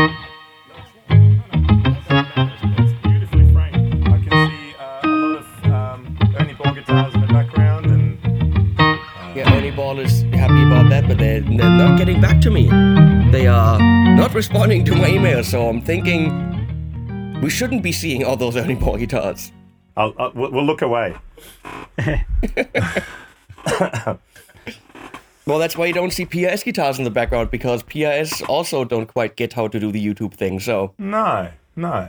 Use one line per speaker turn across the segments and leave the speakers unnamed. uh, um,
happy about that, but they're, they're not getting back to me. They are not responding to my emails, so I'm thinking we shouldn't be seeing all those early more guitars.
I'll, I'll, we'll we'll look away.
Well, that's why you don't see PRS guitars in the background because PRS also don't quite get how to do the YouTube thing. So
No, no.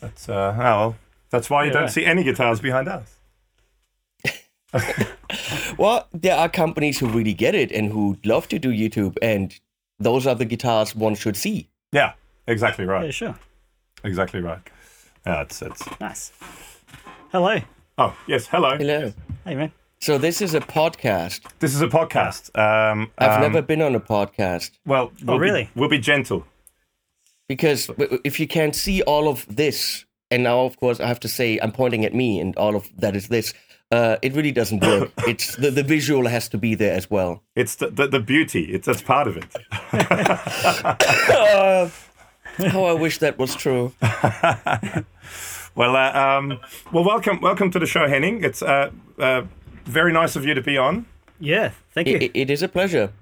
That's uh, oh, well, that's why you
Yeah.
don't see any guitars behind us.
Well, there are companies who really get it and who love to do YouTube, and those are the guitars one should see.
Yeah, exactly right.
Yeah, sure.
Exactly right. Yeah, it's it's.
Nice. Hello.
Oh yes, hello.
Hello.
Hey, man.
So this is a podcast.
This is a podcast. Um,
I've
um,
never been on a podcast
Well, we'll be-
really?
we'll be gentle.
because w- w- if you can't see all of this, and now of course I have to say I'm pointing at me, and all of that is this. Uh, it really doesn't work. it's the, the visual has to be there as well.
It's the, the, the beauty. It's that's part of it.
How I wish that was true.
Well, uh, um, well, welcome, welcome to the show, Henning. It's uh, uh, very nice of you to be on.
Yeah, thank you.
It, it is a pleasure.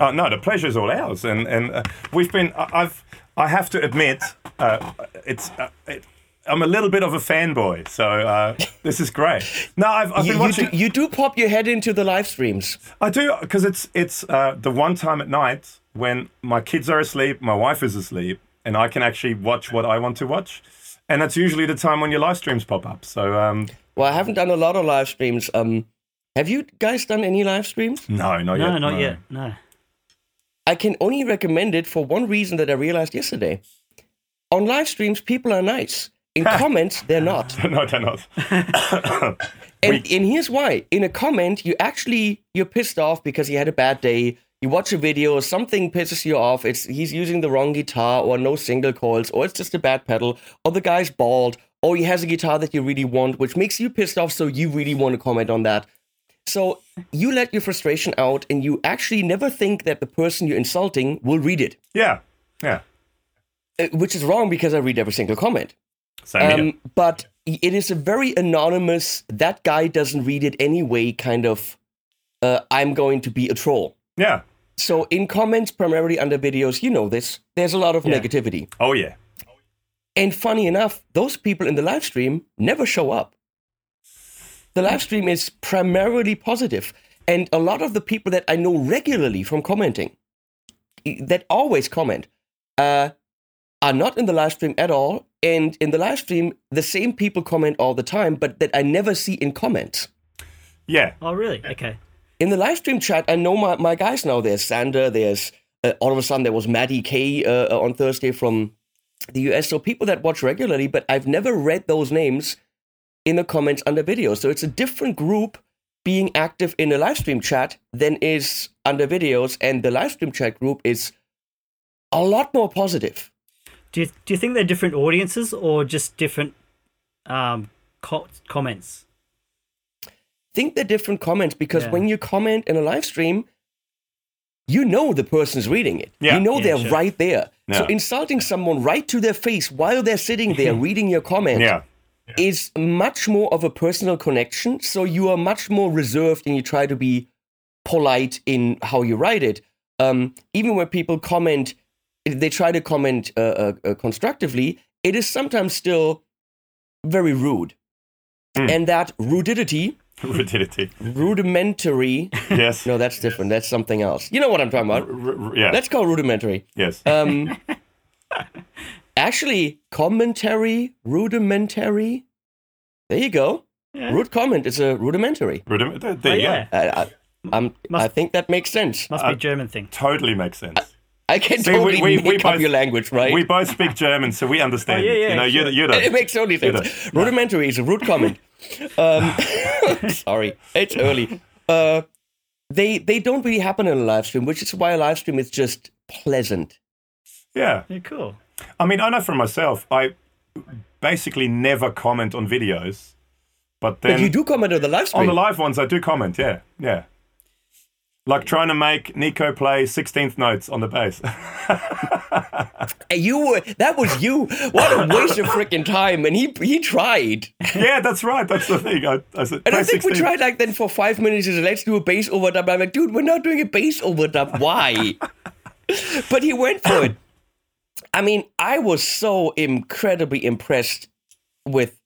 Oh no, the pleasure's all ours, and and uh, we've been. I- I've I have to admit, uh, it's. Uh, it, I'm a little bit of a fanboy, so uh, this is great. No, I've, I've
You,
been
you,
watching.
do, you do pop your head into the live streams.
I do because it's it's uh, the one time at night when my kids are asleep, my wife is asleep, and I can actually watch what I want to watch, and that's usually the time when your live streams pop up. So um,
Well, I haven't done a lot of live streams. Um, have you guys done any live streams?
no, not
no,
yet.
not yet. No.
I can only recommend it for one reason that I realized yesterday. On live streams, people are nice. In comments, they're not.
no, they're not.
And, and here's why. In a comment, you actually you're pissed off because you had a bad day. You watch a video, something pisses you off. It's he's using the wrong guitar, or no single coils, or it's just a bad pedal, or the guy's bald, or he has a guitar that you really want, which makes you pissed off. So you really want to comment on that. So you let your frustration out, and you actually never think that the person you're insulting will read it,
Yeah, yeah.
uh, which is wrong because I read every single comment.
Same here.
Um, but it is a very anonymous, that guy doesn't read it anyway kind of, uh, I'm going to be a troll.
Yeah.
So in comments, primarily under videos, you know this, there's a lot of negativity.
Oh yeah.
And funny enough, those people in the live stream never show up. The live stream is primarily positive, And a lot of the people that I know regularly from commenting, i- that always comment, uh, are not in the live stream at all. And in the live stream, the same people comment all the time, but that I never see in comments.
Yeah.
Oh, really? Okay.
In the live stream chat, I know my, my guys now. There's Sander, there's uh, all of a sudden there was Maddie K uh, uh, on Thursday from the US. So people that watch regularly, but I've never read those names in the comments under videos. So it's a different group being active in a live stream chat than is under videos. And the live stream chat group is a lot more positive.
Do you do you think they're different audiences or just different um, co- comments?
think they're different comments because
Yeah.
when you comment in a live stream, you know the person's reading it.
Yeah.
You know
Yeah,
they're
sure.
right there. So
Yeah.
insulting someone right to their face while they're sitting there reading your comment
Yeah.
is much more of a personal connection. So you are much more reserved and you try to be polite in how you write it. Um, even when people comment, they try to comment uh, uh, uh, constructively, it is sometimes still very rude.
Hmm.
And that rudidity
Rigidity.
rudimentary.
Yes.
No, that's different. That's something else. You know what I'm talking about.
R- r- yeah.
Let's call rudimentary.
yes.
Um, actually, commentary, rudimentary. There you go. Root comment is a rudimentary.
Rudim- there there
Oh,
you go.
yeah.
I, I, I'm, I think that makes sense.
Must be German thing.
Totally makes sense.
I can
See, we-
totally
we- we
make up
both-
your language, right?
We both speak German, so we understand.
Oh, yeah, yeah,
you know, you're, the-
sure.
you're the-
it makes only sense. Rudimentary is a root comment. Um, sorry, it's early. Uh, they they don't really happen in a live stream, which is why a live stream is just pleasant.
yeah.
Yeah, cool.
I mean, I know for myself, I basically never comment on videos, but then
But you do comment on the live stream.
on the live ones, I do comment. Yeah, yeah. Like trying to make Nico play 16th notes on the bass.
And you were that was you. What a waste of freaking time. And he he tried.
yeah, that's right. That's the thing. I, I said,
And
play
I think
16th.
we tried like then for five minutes. Is let's do a bass overdub. I'm like, dude, we're not doing a bass overdub. Why? but he went for it. I mean, I was so incredibly impressed with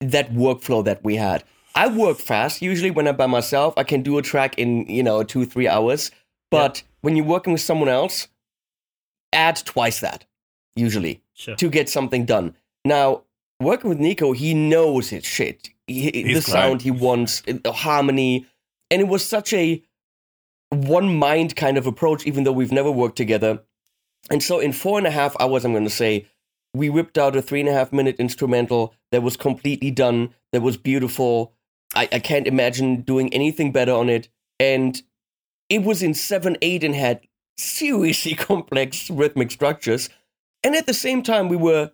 that workflow that we had. I work fast. Usually, when I'm by myself, I can do a track in you know two three hours. But when you're working with someone else, add twice that usually
Sure.
to get something done. Now, working with Nico, he knows his shit. He, the
He's great.
sound he wants, the harmony, and it was such a one mind kind of approach. Even though we've never worked together, and so in four and a half hours, I'm going to say we whipped out a three and a half minute instrumental that was completely done, that was beautiful. I, I can't imagine doing anything better on it, and it was in seven eight and had seriously complex rhythmic structures. And at the same time, we were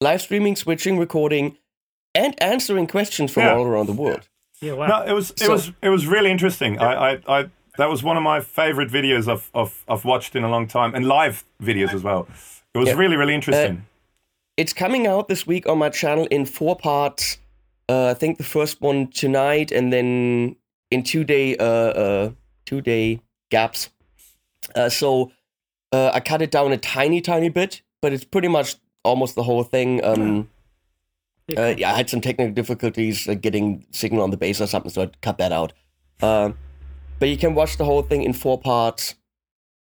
live streaming, switching, recording, and answering questions from
Yeah.
all around the world.
Yeah, wow.
No, it was it
So-
was it was really interesting. I, I, I that was one of my favorite videos I've, I've I've watched in a long time, and live videos as well. It was
Yeah. Uh,
really really interesting.
It's coming out this week on my channel in four parts. Uh, I think the first one tonight, and then in two day uh, uh, two day gaps. Uh, so uh, I cut it down a tiny, tiny bit, but it's pretty much almost the whole thing. Um,
Yeah,
uh, yeah, I had some technical difficulties like getting signal on the bass or something, so I cut that out. Um, but you can watch the whole thing in four parts,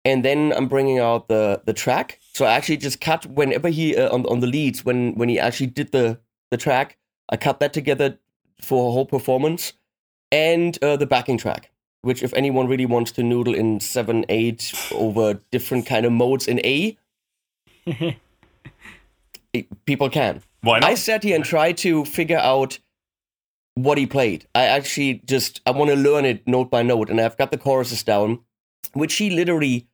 and then I'm bringing out the the track. So I actually just cut whenever he uh, on on the leads when when he actually did the the track, I cut that together for a whole performance, and uh, the backing track. Which, if anyone really wants to noodle in seven eight over different kind of modes in A, it- people can.
Why
I
not?
sat here and tried to figure out what he played. I actually just I want to learn it note by note, and I've got the choruses down, which he literally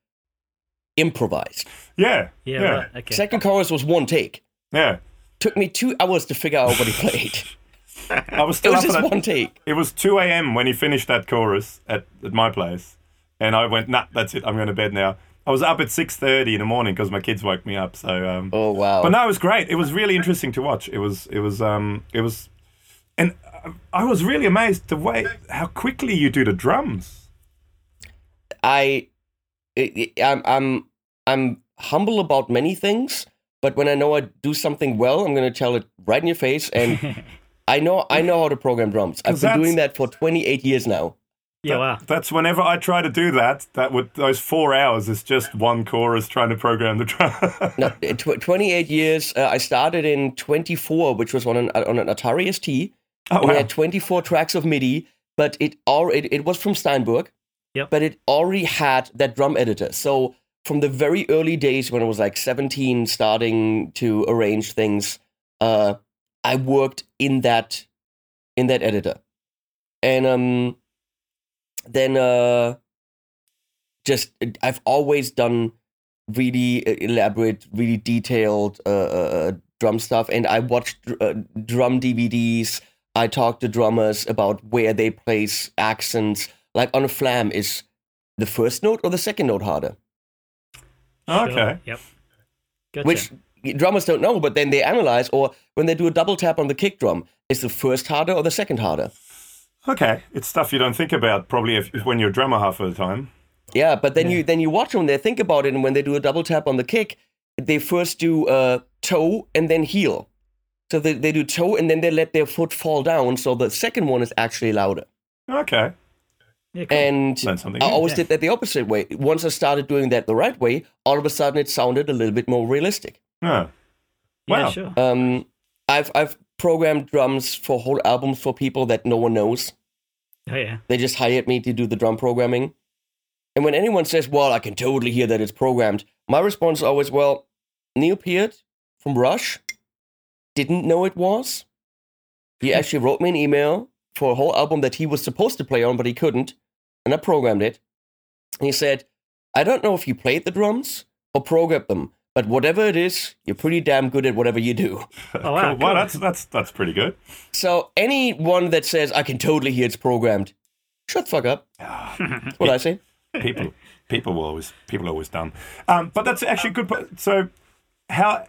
improvised.
yeah,
yeah,
yeah,
right. Okay.
Second chorus was one take.
yeah.
Took me two hours to figure out what he played.
I was
it
still
was
up at
just
that.
one take.
It was two a.m. when he finished that chorus at, at my place, and I went, "Nah, that's it. I'm going to bed now." I was up at six thirty in the morning because my kids woke me up. So, um,
Oh wow!
but no, it was great. It was really interesting to watch. It was, it was, um, it was, and uh, I was really amazed the way how quickly you do the drums.
I, I- I'm, I'm, I'm humble about many things, but when I know I do something well, I'm gonna tell it right in your face. And I know, I know how to program drums. I've been
that's-
doing that for 28 years now.
yeah,
That-
wow.
That's whenever I try to do that. That would those four hours is just one chorus trying to program the drum.
No, tw- 28 years. Uh, I started in 24, which was on an on an Atari ST.
oh,
and it
wow.
had 24 tracks of MIDI, but it all it, it was from Steinberg.
Yep.
But it already had that drum editor. So from the very early days when I was like 17, starting to arrange things, uh, I worked in that in that editor, and um, then uh, just I've always done really uh, elaborate, really detailed uh, uh, uh, drum stuff, and I watched dr- uh, drum DVDs. I talked to drummers about where they place accents. Like on a flam, is the first note or the second note harder?
Okay.
Sure. Yep. Gotcha.
Which drummers don't know, but then they analyze. Or when they do a double tap on the kick drum, is the first harder or the second harder?
Okay. It's stuff you don't think about probably if, if when you're a drummer half of the time.
Yeah, but then you then you watch them. They think about it, and when they do a double tap on the kick, they first do uh, toe and then heel. So they, they do toe and then they let their foot fall down. So the second one is actually louder.
Okay.
yeah, cool.
And
Learn something.
I
new.
always did that the opposite way. Once I started doing that the right way, all of a sudden it sounded a little bit more realistic.
Yeah.
yeah,
wow.
sure.
Um, I've I've programmed drums for whole albums for people that no one knows.
Oh yeah.
They just hired me to do the drum programming. And when anyone says, "Well, I can totally hear that it's programmed," my response is always, "Well, Neil Peart from Rush didn't know it was. He actually wrote me an email for a whole album that he was supposed to play on, but he couldn't, and I programmed it. And he said, "I don't know if you played the drums or programmed them, but whatever it is, you're pretty damn good at whatever you do."
Oh wow.
Cool. Wow,
cool.
that's that's that's pretty good. Ah.
So anyone that says I can totally hear it's programmed, shut the fuck up. That's what I say.
people people will always people are always dumb. Um, but that's actually a good. po- So how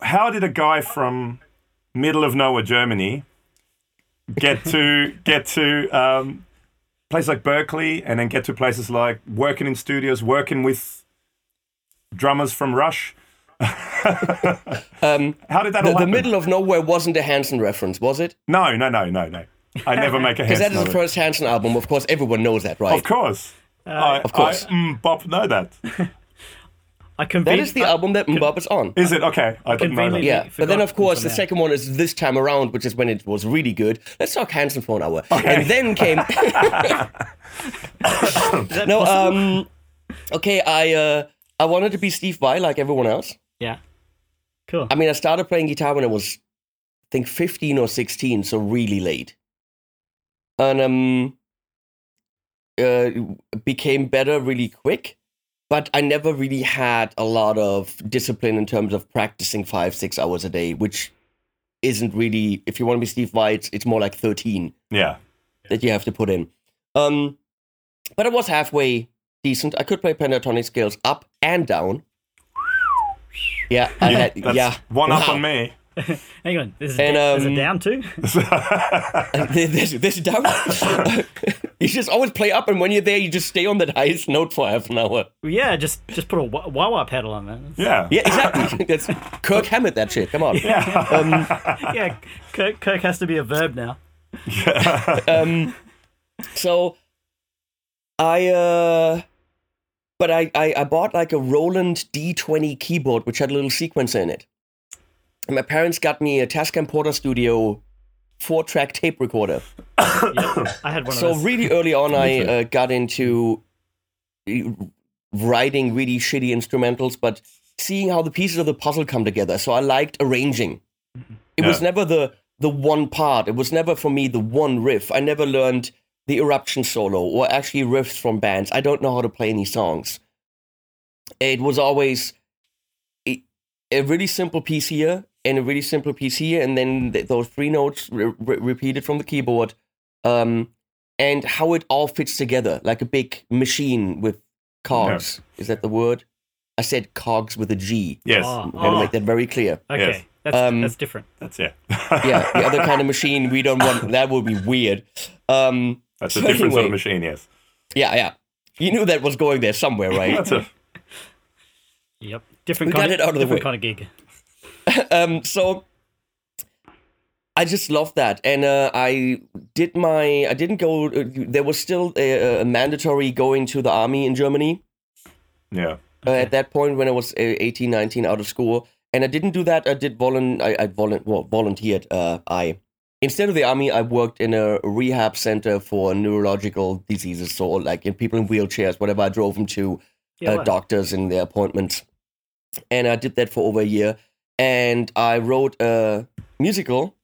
how did a guy from middle of nowhere Germany get to get to um, places like Berkeley and then get to places like working in studios, working with drummers from Rush?
Um,
How did that
the,
all
the
happen?
middle of nowhere wasn't a Hanson reference, was it?
no, no, no, no, no. I never make a
Because
hand.
that is the first Hanson album. Of course, everyone knows that, right?
Of course. I,
Uh, Of course.
I, mm, Bob know that.
I convinced
that is the album that Mbop is on.
Is it? Okay. I didn't know that.
Conveniently.
Yeah, but then
forgotten
of course the
somehow.
second one is this time around, which is when it was really good. Let's talk Hanson for an hour,
Oh,
and then came no. Um, okay, I uh, I wanted to be Steve Vai like everyone else.
Yeah. Cool.
I mean, I started playing guitar when I was, I think, fifteen or sixteen, so really late, and um, uh, became better really quick. But I never really had a lot of discipline in terms of practicing five, six hours a day, which isn't really. If you want to be Steve Vai, it's, it's more like thirteen
Yeah.
that you have to put in. Um, but it was halfway decent. I could play pentatonic scales up and down. Yeah, I had,
Uh, That's
yeah.
One up
Wow.
on me.
Hang on. There's a,
And,
da- there's a
um,
down too.
this, this down. you just always play up, and when you're there, you just stay on that highest note for half an hour.
yeah. Just just put a wah wah pedal on that.
Yeah.
Yeah, exactly. That's Kirk Hammett. That shit. Come on. Um,
yeah. Kirk, Kirk has to be a verb now.
So, I uh, but I, I I bought like a Roland D20 keyboard, which had a little sequencer in it. And my parents got me a Tascam Porter Studio four-track tape recorder.
Yeah. I had one
So
of those.
really early on, I uh, got into uh, writing really shitty instrumentals, but seeing how the pieces of the puzzle come together. So I liked arranging. It was
Yeah.
never the the one part. It was never for me the one riff. I never learned the eruption solo or actually riffs from bands. I don't know how to play any songs. It was always a, a really simple piece here and a really simple piece here, and then th- those three notes re- re- repeated from the keyboard. Um, and how it all fits together like a big machine with cogs. Is that the word? I said cogs with a G.
Yes.
Oh,
I'm going to
oh,
make that very clear.
okay.
Yes.
That's,
Um,
that's different.
That's it.
Yeah, the other kind of machine we don't want. That would be weird. Um,
That's a different sort
Anyway.
of machine, yes.
yeah, yeah. You knew that was going there somewhere, right?
That's a,
Yep. Different
We
kind
got it out of the
different
way. Uh,
kind of gig.
um, so I just loved that, and uh, I did my. I didn't go. Uh, there was still a, a mandatory going to the army in Germany.
yeah.
uh, at that point when I was uh, 18, 19 out of school. And I didn't do that. I did volun. I, I volun- well, volunteered. Uh, I instead of the army, I worked in a rehab center for neurological diseases, so like in people in wheelchairs, whatever. I drove them to
Yeah.
uh,
wow.
doctors in their appointments, and I did that for over a year. And I wrote a musical,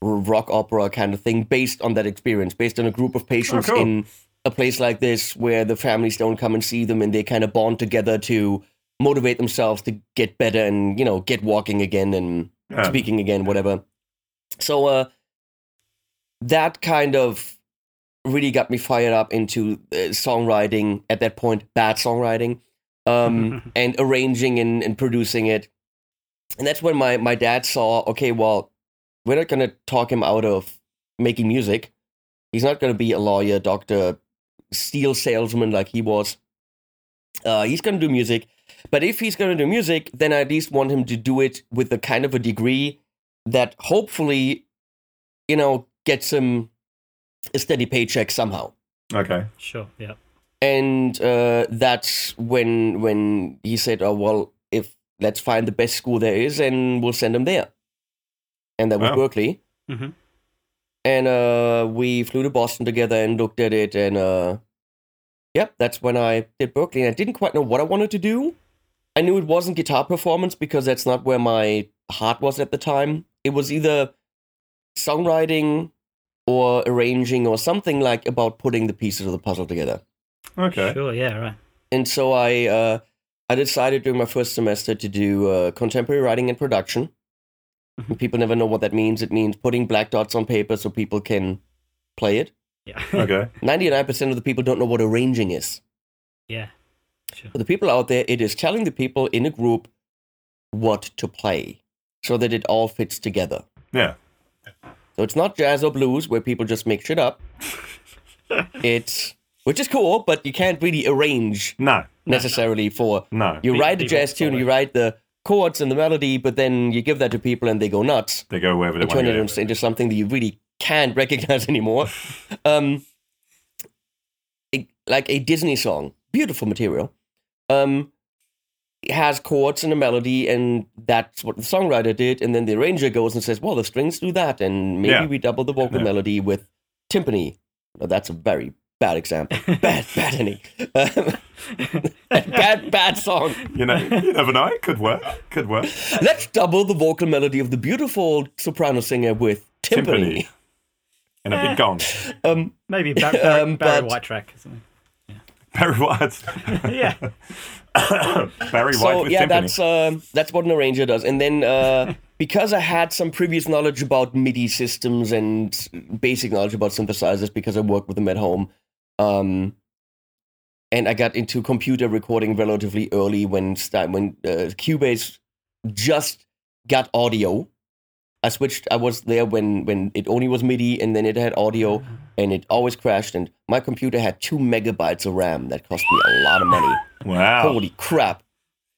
r- rock opera kind of thing, based on that experience, based on a group of patients
Oh, cool.
in a place like this where the families don't come and see them, and they kind of bond together to motivate themselves to get better and you know get walking again and
Yeah.
speaking again, whatever. So uh, that kind of really got me fired up into uh, songwriting at that point, bad songwriting, um, and arranging and, and producing it. And that's when my, my dad saw, okay, well, we're not going to talk him out of making music. He's not going to be a lawyer, doctor, steel salesman like he was. Uh, he's going to do music. But if he's going to do music, then I at least want him to do it with the kind of a degree that hopefully, you know, gets him a steady paycheck somehow.
Okay.
Sure. Yeah.
And uh, that's when when he said, "Oh well, if let's find the best school there is, and we'll send him there." And that was
Wow.
Berkeley.
Mhm.
And uh, we flew to Boston together and looked at it, and uh, yep, that's when I did Berkeley. And I didn't quite know what I wanted to do. I knew it wasn't guitar performance because that's not where my heart was at the time. It was either songwriting or arranging or something like about putting the pieces of the puzzle together
Okay.
Sure. Yeah. Right.
and so I uh, I decided during my first semester to do uh, contemporary writing and production.
Mm-hmm.
People never know what that means. It means putting black dots on paper so people can play it.
Yeah.
Okay.
99% of the people don't know what arranging is.
yeah.
For the people out there, it is telling the people in a group what to play so that it all fits together.
Yeah.
So it's not jazz or blues where people just make shit up. it's which is cool, but you can't really arrange
No.
necessarily for
No.
you
Be-
write a
be
jazz
helpful
tune, you
there.
write the chords and the melody, but then you give that to people and they go nuts.
They go wherever they
They
want
turn
to
it
go.
into- into something that you really can't recognize anymore. um, a- like a Disney song, beautiful material. Um, it has chords and a melody, and that's what the songwriter did. And then the arranger goes and says, "Well, the strings do that, and maybe
Yeah.
we double the vocal
Yeah.
melody with timpani." Now, that's a very bad example. Bad, bad, any. Um, bad, bad song.
You know, you never know. Could work. Could work.
Let's double the vocal melody of the beautiful soprano singer with timpani.
Timpani. And a big gong.
Um,
Maybe Bar- Barry,
Um,
Barry
but-
White track or something.
Barry White.
Yeah.
Barry White
so
with
yeah,
timpani.
that's um, that's what an arranger does. And then uh, because I had some previous knowledge about MIDI systems and basic knowledge about synthesizers because I worked with them at home, um, and I got into computer recording relatively early when sta- when uh, Cubase just got audio. I switched. I was there when when it only was MIDI, and then it had audio, and it always crashed. And my computer had two megabytes of RAM. That cost me a lot of money.
Wow.
Holy crap!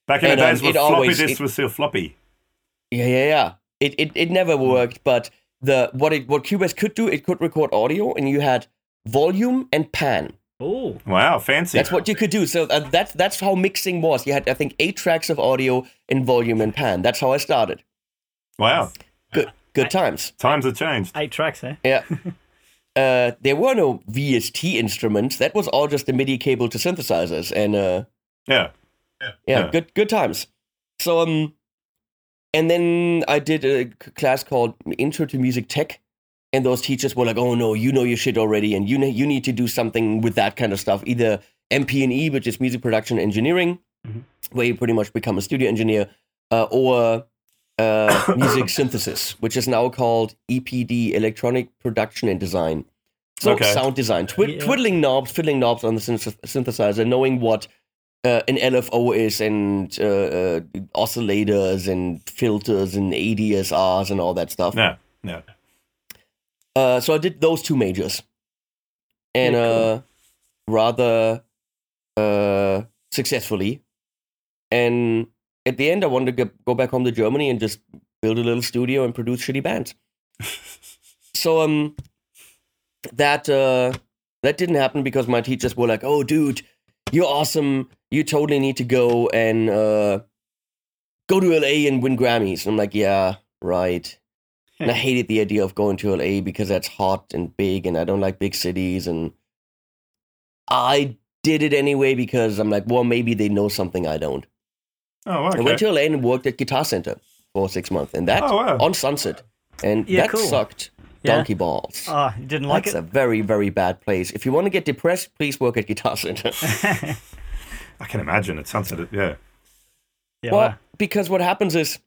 Back in
and,
the
um,
days where
it
floppy
always-
disks
it-
were still floppy.
Yeah, yeah, yeah. It it, it never worked, but the what it what Cubase could do, it could record audio, and you had volume and pan.
Oh.
Wow, fancy.
That's what you could do. So uh, that's that's how mixing was. You had I think eight tracks of audio in volume and pan. That's how I started.
wow.
Good good times.
Times have changed.
Eight tracks, eh?
Yeah. Uh, there were no VST instruments. That was all just a MIDI cable to synthesizers, and uh,
Yeah.
yeah,
Yeah.
good good times. So um, and then I did a c- class called Intro to Music Tech, and those teachers were like, "Oh no, you know your shit already, and you ne- you need to do something with that kind of stuff, either MP&E, E, which is music production engineering,
Mhm.
where you pretty much become a studio engineer, uh, or uh, music synthesis, which is now called EPD, Electronic Production and Design. So
Okay.
sound design, Twi-
Yeah.
twiddling knobs, fiddling knobs on the synth- synthesizer, knowing what uh, an LFO is and uh, uh, oscillators and filters and ADSRs and all that stuff.
Yeah. Yeah.
Uh, so I did those two majors, and
Yeah,
uh, rather uh, successfully. And at the end, I wanted to get, go back home to Germany and just build a little studio and produce shitty bands. so um, that uh, that didn't happen because my teachers were like, "Oh, dude, you're awesome. You totally need to go and uh, go to LA and win Grammys." And I'm like, "Yeah, right." And I hated the idea of going to LA because that's hot and big, and I don't like big cities. And I did it anyway because I'm like, well, maybe they know something I don't.
Oh, okay.
I went to LA and worked at Guitar Center for six months, and that
Oh, wow.
on Sunset, and
Yeah,
that
cool.
sucked
Yeah.
donkey balls.
Oh, you didn't like
That's a very very bad place. If you want to get depressed, please work at Guitar Center.
it?
I can imagine. It sounds like, yeah.
yeah.
Well,
wow.
because what happens is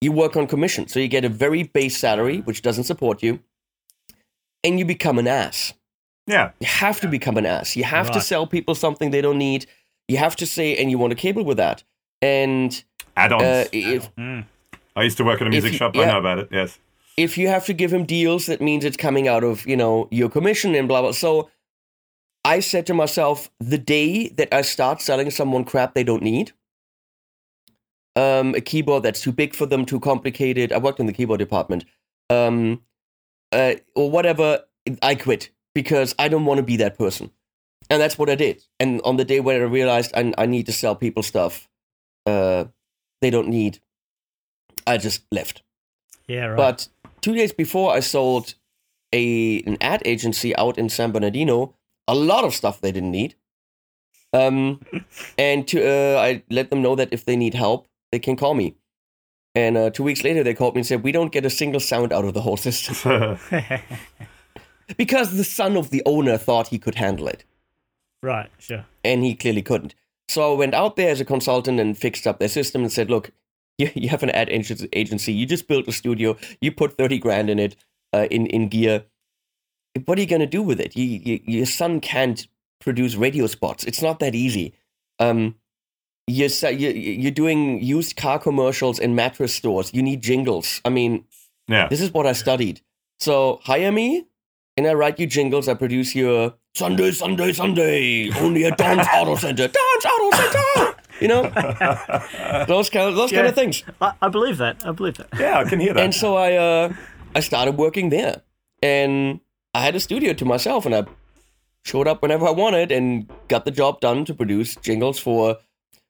you work on commission, so you get a very base salary which doesn't support you, and you become an ass.
Yeah.
You have to become an ass. You have to
Right.
sell people something they don't need. You have to say, and you want to cable with that. And
Add ons.
uh, if
Mm.
I used to work at a music
you-
shop. I
yeah.
know about it. Yes.
if you have to give him deals, that means it's coming out of you know your commission and blah blah. So I said to myself, the day that I start selling someone crap they don't need, um, a keyboard that's too big for them, too complicated. I worked in the keyboard department, um, uh, or whatever. I quit because I don't want to be that person, and that's what I did. And on the day when I realized I, I need to sell people stuff uh, they don't need, I just left.
Yeah, right.
But two days before, I sold a an ad agency out in San Bernardino a lot of stuff they didn't need. Um, and to, uh, I let them know that if they need help, they can call me. And uh, two weeks later, they called me and said, "We don't get a single sound out of the whole system because the son of the owner thought he could handle it,
right, sure.
and he clearly couldn't." So I went out there as a consultant and fixed up their system and said, "Look, you, you have an ad agen- agency. You just built a studio. You put thirty grand in it, uh, in in gear. what are you going to do with it? You, you, your son can't produce radio spots. It's not that easy. Um, you're, se- you- you're doing used car commercials in mattress stores. You need jingles. I mean,
Yeah.
this is what I studied. So hire me, and I write you jingles. I produce your Sunday, Sunday, Sunday, only at Don's Auto Center, Don's Auto Center. You know, those kind of those kind
Yeah.
of things.
I, I believe that. I believe that.
Yeah, I can hear that.
And so I uh, I started working there, and I had a studio to myself, and I showed up whenever I wanted and got the job done to produce jingles for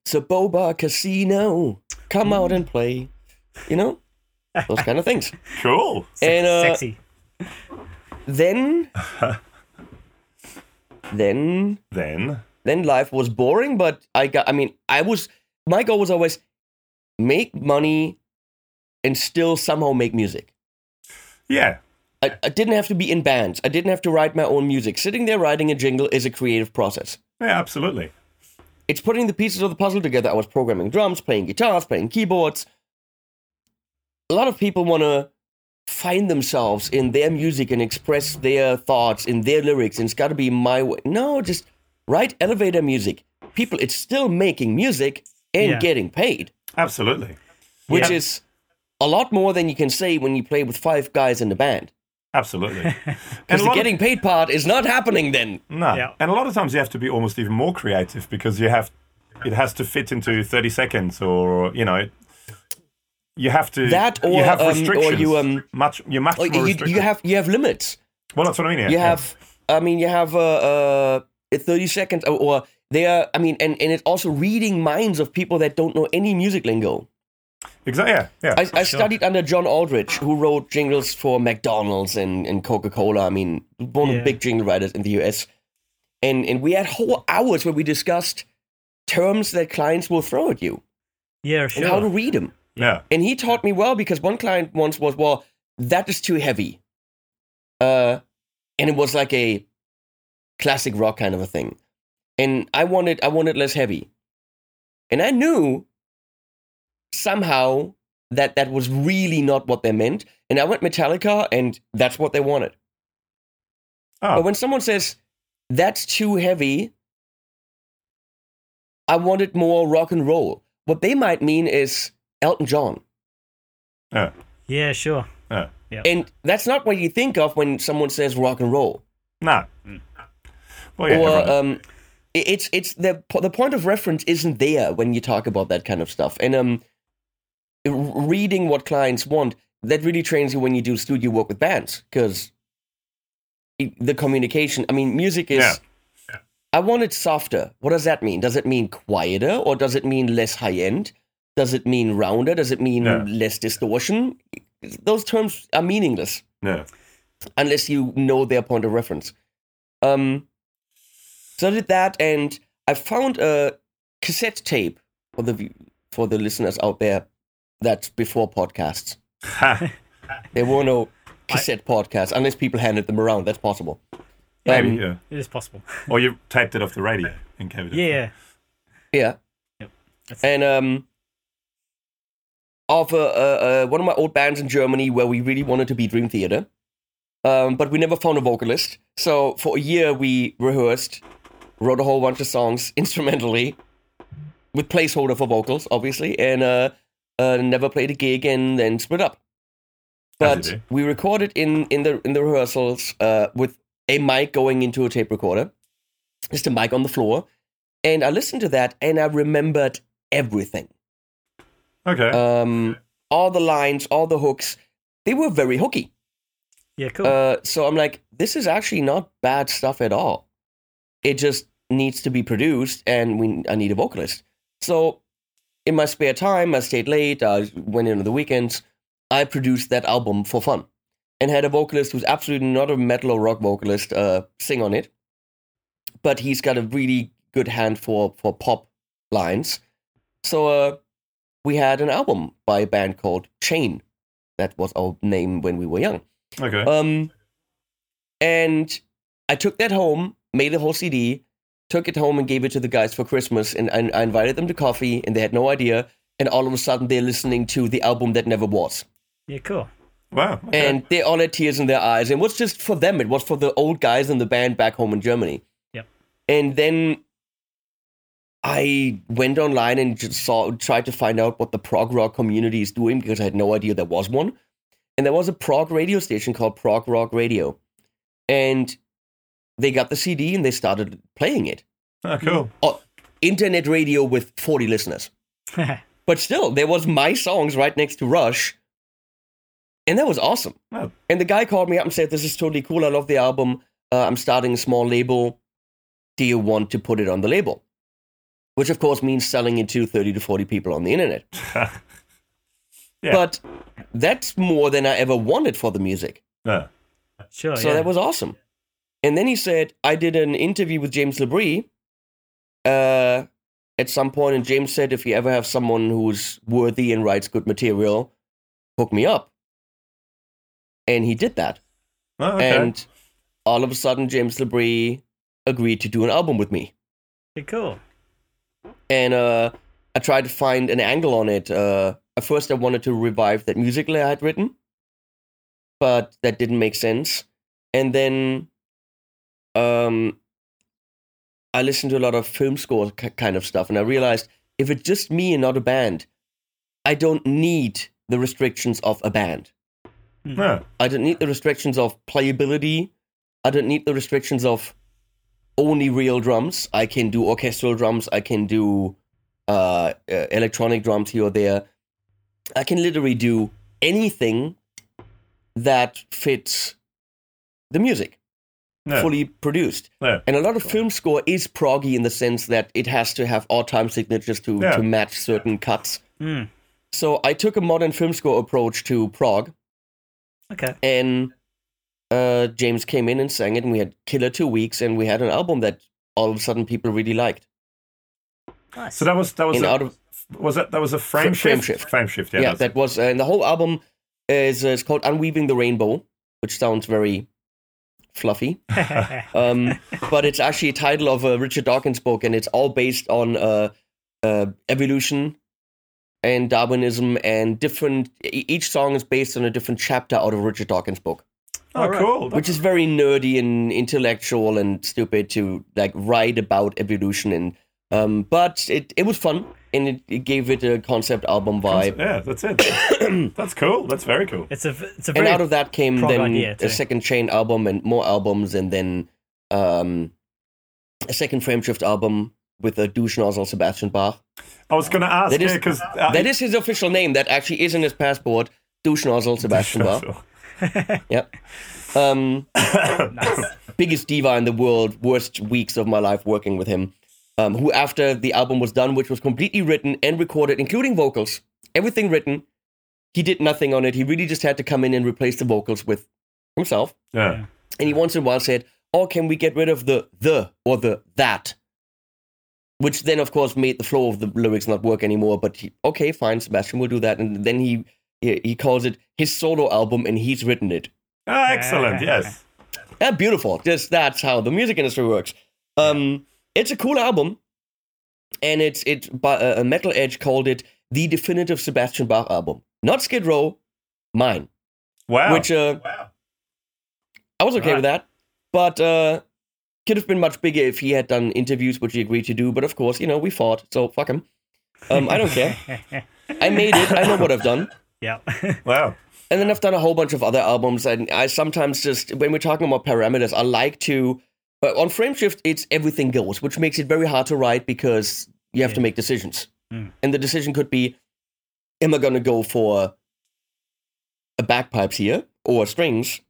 Saboba Casino. Come out and play, you know, those kind of things.
cool.
And uh,
Sexy.
then then
Then,
then life was boring but i got i mean i was my goal was always make money and still somehow make music
yeah,
I, I didn't have to be in bands i didn't have to write my own music sitting there writing a jingle is a creative process
yeah, absolutely.
it's putting the pieces of the puzzle together. I was programming drums, playing guitars, playing keyboards. A lot of people want to find themselves in their music and express their thoughts in their lyrics, and it's got to be my way. No, just write elevator music. People, it's still making music and
Yeah.
getting paid,
Absolutely.
which
Yeah.
is a lot more than you can say when you play with five guys in the band.
Absolutely. and
Because
a
the
lot of-
getting paid part is not happening then.
no.
Yeah.
And a lot of times you have to be almost even more creative because you have, it has to fit into 30 seconds or, you know, you have to,
That or,
you have
um, or
restrictions.
you, um,
much, you're much
Like
more
you,
restricted.
you have you have limits.
well, that's what I mean. Yeah.
you
yeah.
have i mean you have uh, uh 30 seconds or, or they are i mean and and it's also reading minds of people that don't know any music lingo
Exactly. Yeah. Yeah.
i, I studied under john aldrich who wrote jingles for mcdonald's and, and coca-cola i mean one of
Yeah.
the big jingle writers in the us and and we had whole hours where we discussed terms that clients will throw at you
Yeah,
and how to
sure.
read them
yeah.
and he taught me well because one client once was, well, that is too heavy. Uh, and it was like a classic rock kind of a thing. And I wanted, I wanted less heavy. And I knew somehow that that was really not what they meant. And I went Metallica and that's what they wanted.
Oh,
But when someone says, that's too heavy, I wanted more rock and roll. What they might mean is Elton John.
Oh, yeah.
Yeah, sure.
Yeah.
And that's not what you think of when someone says rock and roll.
No. Mm. Well, Oh, yeah.
or
everyone-
um, i- it's it's the po- the point of reference isn't there when you talk about that kind of stuff. And um, r- reading what clients want that really trains you when you do studio work with bands because the communication. I mean, music is.
Yeah.
I want it softer. What does that mean? Does it mean quieter or does it mean less high end? Does it mean rounder? Does it mean
Yeah.
less distortion? Those terms are meaningless.
yeah.
unless you know their point of reference. Um, so I did that, and I found a cassette tape for the for the listeners out there. That's before podcasts.
Ha.
There were no cassette podcasts unless people handed them around. That's possible.
Maybe,
Um,
yeah.
It is possible.
Or you taped it off the radio and gave it. a-
Yeah.
Yeah.
Yep. That's-
And um, of uh, uh, uh, one of my old bands in Germany where we really wanted to be Dream Theater, um, but we never found a vocalist. So for a year we rehearsed, wrote a whole bunch of songs instrumentally, with placeholder for vocals, obviously, and uh, uh, never played a gig and then split up.
As
But
you do.
we recorded in in the in the rehearsals uh, with a mic going into a tape recorder, just a mic on the floor, and I listened to that and I remembered everything.
Okay.
Um, all the lines, all the hooks, they were very hooky.
Yeah, cool.
Uh, so I'm like, this is actually not bad stuff at all. It just needs to be produced, and we I need a vocalist. So in my spare time, I stayed late. I went in on the weekends. I produced that album for fun, and had a vocalist who's absolutely not a metal or rock vocalist uh, sing on it, but he's got a really good hand for for pop lines. So uh, we had an album by a band called Chain. That was our name when we were young.
okay.
Um, and I took that home, made a whole CD, took it home and gave it to the guys for Christmas, and I, I invited them to coffee, and they had no idea. And all of a sudden, they're listening to the album that never was.
yeah, cool.
Wow. okay.
and they all had tears in their eyes. And it was just for them, it was for the old guys in the band back home in Germany.
Yep.
And then I went online and just saw, tried to find out what the prog rock community is doing because I had no idea there was one. And there was a prog radio station called Prog Rock Radio. And they got the CD and they started playing it.
oh, cool.
Oh, internet radio with 40 listeners. But still, there was my songs right next to Rush. And that was awesome.
Oh.
And the guy called me up and said, This is totally cool. I love the album. Uh, I'm starting a small label. Do you want to put it on the label? Which, of course, means selling it to 30 to 40 people on the internet.
Yeah.
But that's more than I ever wanted for the music.
Yeah.
sure.
So
Oh, yeah.
that was awesome. And then he said, I did an interview with James Labrie uh, at some point, and James said, if you ever have someone who's worthy and writes good material, hook me up. And he did that.
Oh, okay.
And all of a sudden, James Labrie agreed to do an album with me.
Okay, cool.
And uh, I tried to find an angle on it. Uh, at first, I wanted to revive that musical I had written, but that didn't make sense. And then um, I listened to a lot of film score k- kind of stuff, and I realized if it's just me and not a band, I don't need the restrictions of a band.
Yeah.
I don't need the restrictions of playability. I don't need the restrictions of only real drums. I can do orchestral drums. I can do uh, uh, electronic drums here or there. I can literally do anything that fits the music,
Yeah.
fully produced.
Yeah.
And a lot of film score is proggy in the sense that it has to have odd time signatures to,
Yeah.
to match certain cuts.
Mm.
So I took a modern film score approach to prog
Okay.
and uh, James came in and sang it, and we had killer two weeks, and we had an album that all of a sudden people really liked.
Nice.
So that was that was
In
a,
out of-
was that that was a frame,
Fr- frame
shift
shift.
frame shift yeah,
Yeah,
that's
that was, uh, and the whole album is uh, it's called "Unweaving the Rainbow," which sounds very fluffy, um, but it's actually a title of a Richard Dawkins book, and it's all based on uh, uh, evolution and Darwinism, and different. e- Each song is based on a different chapter out of Richard Dawkins book.
oh
Alright.
cool
which is very nerdy and intellectual and stupid to like write about evolution and um but it it was fun and it, it gave it a concept album vibe
yeah that's it that's cool that's very cool
it's a it's a
and
very
out of that came
prog
then
idea, too.
a second chain album and more albums and then um a second frame shift album with a douche nozzle sebastian bach
I was gonna ask uh,
That is-
because
that is his official name that actually is in his passport douche nozzle sebastian bach yep um biggest diva in the world, worst weeks of my life working with him. Um, who, after the album was done, which was completely written and recorded, including vocals, everything written, he did nothing on it. He really just had to come in and replace the vocals with himself.
yeah
And he once in a while said, Oh, can we get rid of the the or the that? Which then, of course, made the flow of the lyrics not work anymore. But he, okay, fine, Sebastian, we'll do that. And then he, he he calls it his solo album and he's written it.
ah, excellent yes
Yeah, beautiful. Just that's how the music industry works. Um, it's a cool album, and it's it. But uh, Metal Edge called it the definitive Sebastian Bach album, not Skid Row, mine.
wow
Which uh, I was okay with that, but uh, could have been much bigger if he had done interviews, which he agreed to do. But of course, you know, we fought, so fuck him. Um, I don't care. I made it. I know what I've done.
yeah.
wow
And then I've done a whole bunch of other albums, and I sometimes just when we're talking about parameters, I like to. But on Frameshift, it's everything goes, which makes it very hard to write because you have to make decisions,
Mm.
and the decision could be: Am I going to go for a bagpipes here or strings?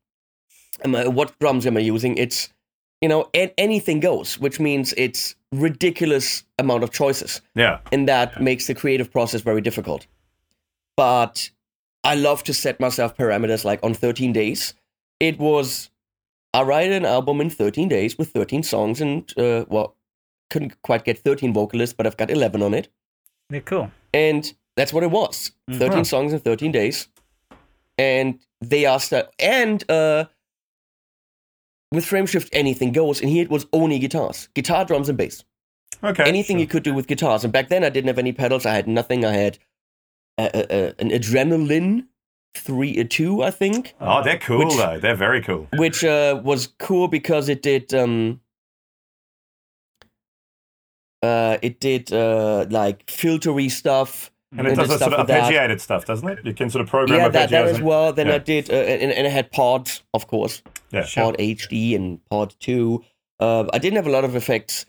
Am I, what drums am I using? It's you know, and anything goes, which means it's ridiculous amount of choices
yeah
and that makes the creative process very difficult. But I love to set myself parameters like on 13 days. It was, I write an album in 13 days with 13 songs, and uh, well, couldn't quite get 13 vocalists, but I've got 11 on it.
They're cool.
And that's what it was 13
Huh.
songs in 13 days. And they asked that, and uh, with Frameshift, anything goes. And here it was only guitars, guitar, drums, and bass
okay
anything you could do with guitars. And back then, I didn't have any pedals. I had nothing. I had uh uh uh an adrenaline three, uh, two, I think,
Oh, they're cool
Which-
though. They're very cool.
which uh, was cool because it did. Um, uh, it did uh, like filtery stuff.
And it does
did
a sort
stuff
of
with that.
arpeggiated stuff, doesn't it? You can sort of program
Yeah, that,
arpeggios.
that as
and-
well. Then
yeah.
I did, uh, and, and it had pods, of course.
Yeah.
Pod HD and Pod 2. Uh, I didn't have a lot of effects,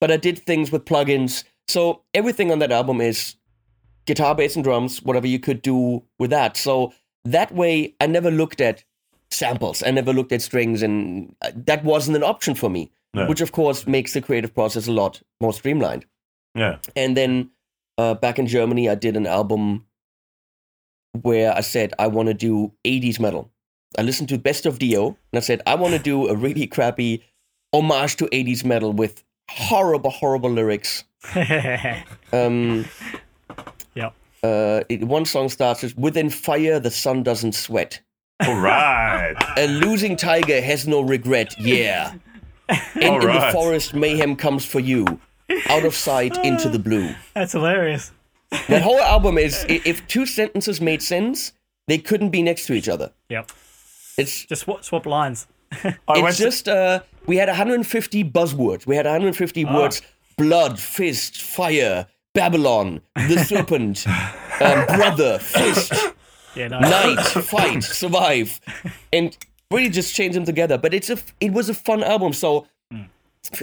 but I did things with plugins. So everything on that album is guitar, bass, and drums, whatever you could do with that. So that way, I never looked at samples, I never looked at strings, and uh, that wasn't an option for me,
No.
which of course makes the creative process a lot more streamlined.
Yeah.
And then uh, back in Germany, I did an album where I said I want to do 80s metal. I listened to Best of Dio and I said I want to do a really crappy homage to 80s metal with horrible, horrible lyrics. Um,
Yep.
uh, it, one song starts with "Within fire, the sun doesn't sweat.
All right.
A losing tiger has no regret. Yeah, and
All
in the
right.
forest, mayhem comes for you. Out of sight, into the blue."
That's hilarious.
That whole album is i- if two sentences made sense, they couldn't be next to each other.
Yep.
It's
Just swap, swap lines.
I went
it's just uh, we had 150 buzzwords. We had 150 words: blood, fist, fire, Babylon, the serpent, um, brother, fist,
Yeah, no.
night, fight, survive, and really just change them together. But it's a f- it was a fun album. So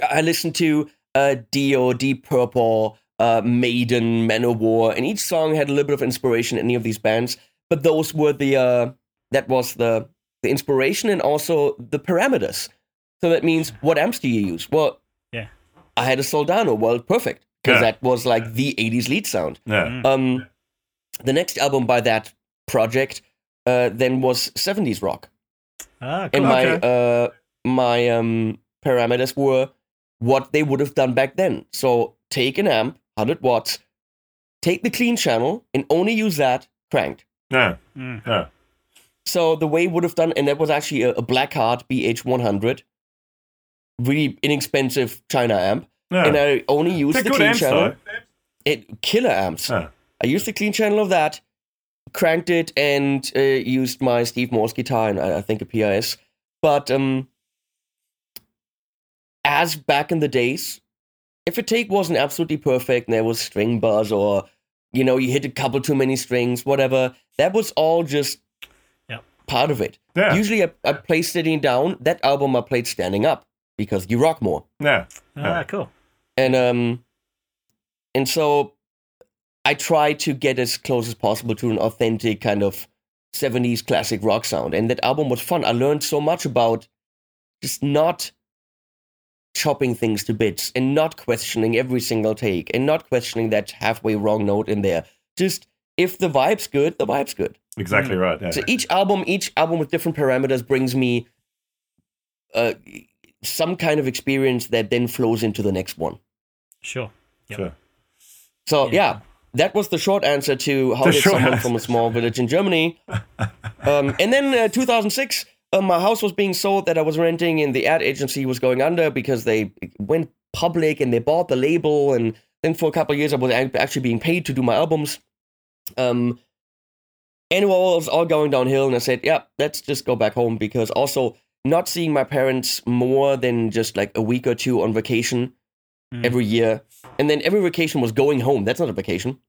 I listened to uh, Dio, Deep Purple, uh, Maiden, Manowar, and each song had a little bit of inspiration in any of these bands. But those were the uh, that was the the inspiration and also the parameters. So that means what amps do you use? Well,
Yeah.
I had a Soldano. Well, perfect because
Yeah.
that was like the '80s lead sound.
to, yeah.
Mm.
Um, the next album by that project uh, then was 70s rock,
Ah,
and
cool.
my
Okay.
uh, my um, parameters were what they would have done back then. So take an amp, 100 watts, take the clean channel, and only use that cranked.
Yeah.
Mm.
Yeah.
So the way would have done, and that was actually a, a Black Heart BH100, really inexpensive China amp,
Yeah.
and I only used
They're
the
good
clean
amps
channel.
though.
It killer amps.
Yeah.
I used the clean channel of that, cranked it, and uh, used my Steve Morse guitar and I, I think a PIS. But um, as back in the days, if a take wasn't absolutely perfect and there was string buzz or you know you hit a couple too many strings, whatever, that was all just
Yep.
part of it.
Yeah.
Usually I, I play sitting down. That album I played standing up because you rock more
Yeah.
Ah, cool.
and um and so i try to get as close as possible to an authentic kind of 70s classic rock sound and that album was fun i learned so much about just not chopping things to bits and not questioning every single take and not questioning that halfway wrong note in there just if the vibe's good the vibe's good
Exactly
Mm.
right. Yeah.
so each album, each album with different parameters brings me uh, some kind of experience that then flows into the next one.
Sure. Yep.
Sure.
So yeah, that was the short answer to how
The
did
short
someone
answer.
from a small village in Germany. um, and then uh, 2006, uh, my house was being sold that I was renting, and the ad agency was going under because they went public and they bought the label. And then for a couple of years, I was ac- actually being paid to do my albums. Um, and it was all going downhill, and I said, "Yeah, let's just go back home." Because also not seeing my parents more than just like a week or two on vacation
Mm.
Mm-hmm.
every year, and then every vacation was going home. That's not a vacation.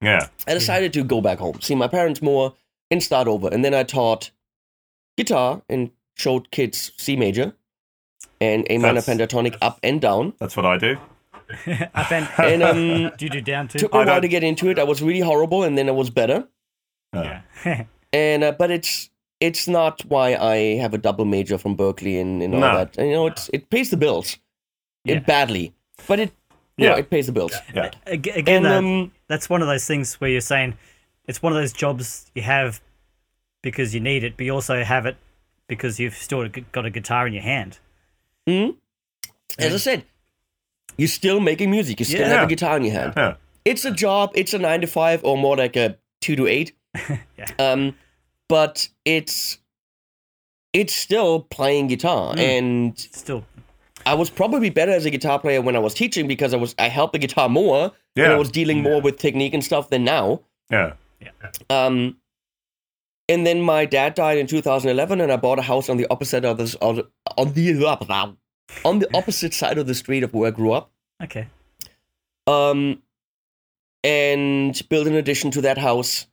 Yeah.
I decided to go back home, see my parents more, and start over. And then I taught guitar and showed kids C major and A minor
That's-
pentatonic up and down.
That's what I do.
Up and,
And um,
do you do down too?
took me a
I
while
don't-
to get into it. I was really horrible, and then I was better.
Yeah.
yeah. yeah.
And uh, but it's it's not why I have a double major from Berkeley and, and all
No.
that. And, you know, it's it pays the bills,
Yeah.
it badly, but it you
Yeah.
know, it pays the bills.
Yeah.
Ag- Again,
And
though,
um,
that's one of those things where you're saying it's one of those jobs you have because you need it, but you also have it because you've still g- got a guitar in your hand.
as I said, you're still making music. You still
Yeah.
have a guitar in your hand.
Yeah.
it's a job. It's a nine to five or more like a two to eight.
Yeah.
Um, but it's it's still playing guitar, and
Still,
I was probably better as a guitar player when I was teaching because I was I helped the guitar more. And I
Yeah.
was dealing more with technique and stuff than now.
Yeah.
Um, And then my dad died in 2011, and I bought a house on the opposite of this on, on the on the opposite side of the street of where I grew up.
Okay.
Um, and built an addition to that house.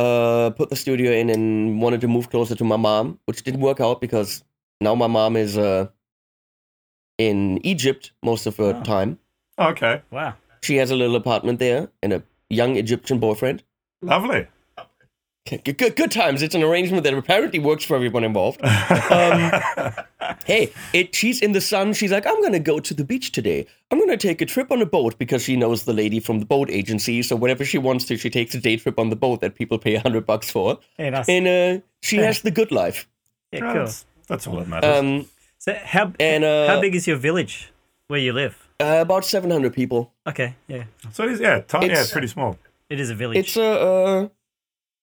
Uh, put the studio in and wanted to move closer to my mom, which didn't work out because now my mom is uh in Egypt most of her
Oh.
time.
Okay.
Wow.
She has a little apartment there and a young Egyptian boyfriend.
Lovely.
Good, good, good times. It's an arrangement that apparently works for everyone involved. Um, hey, it, she's in the sun. She's like, I'm going to go to the beach today. I'm going to take a trip on a boat because she knows the lady from the boat agency. So whenever she wants to, she takes a day trip on the boat that people pay 100 bucks for.
Yeah, nice.
And uh, she has the good life.
yeah, cool.
that's, that's all that matters.
Um,
So how
and uh,
how big is your village where you live?
uh, about 700 people.
Okay, yeah,
so it is, yeah, ti- yeah,
it's-
it's pretty small.
it is a village.
It's a uh,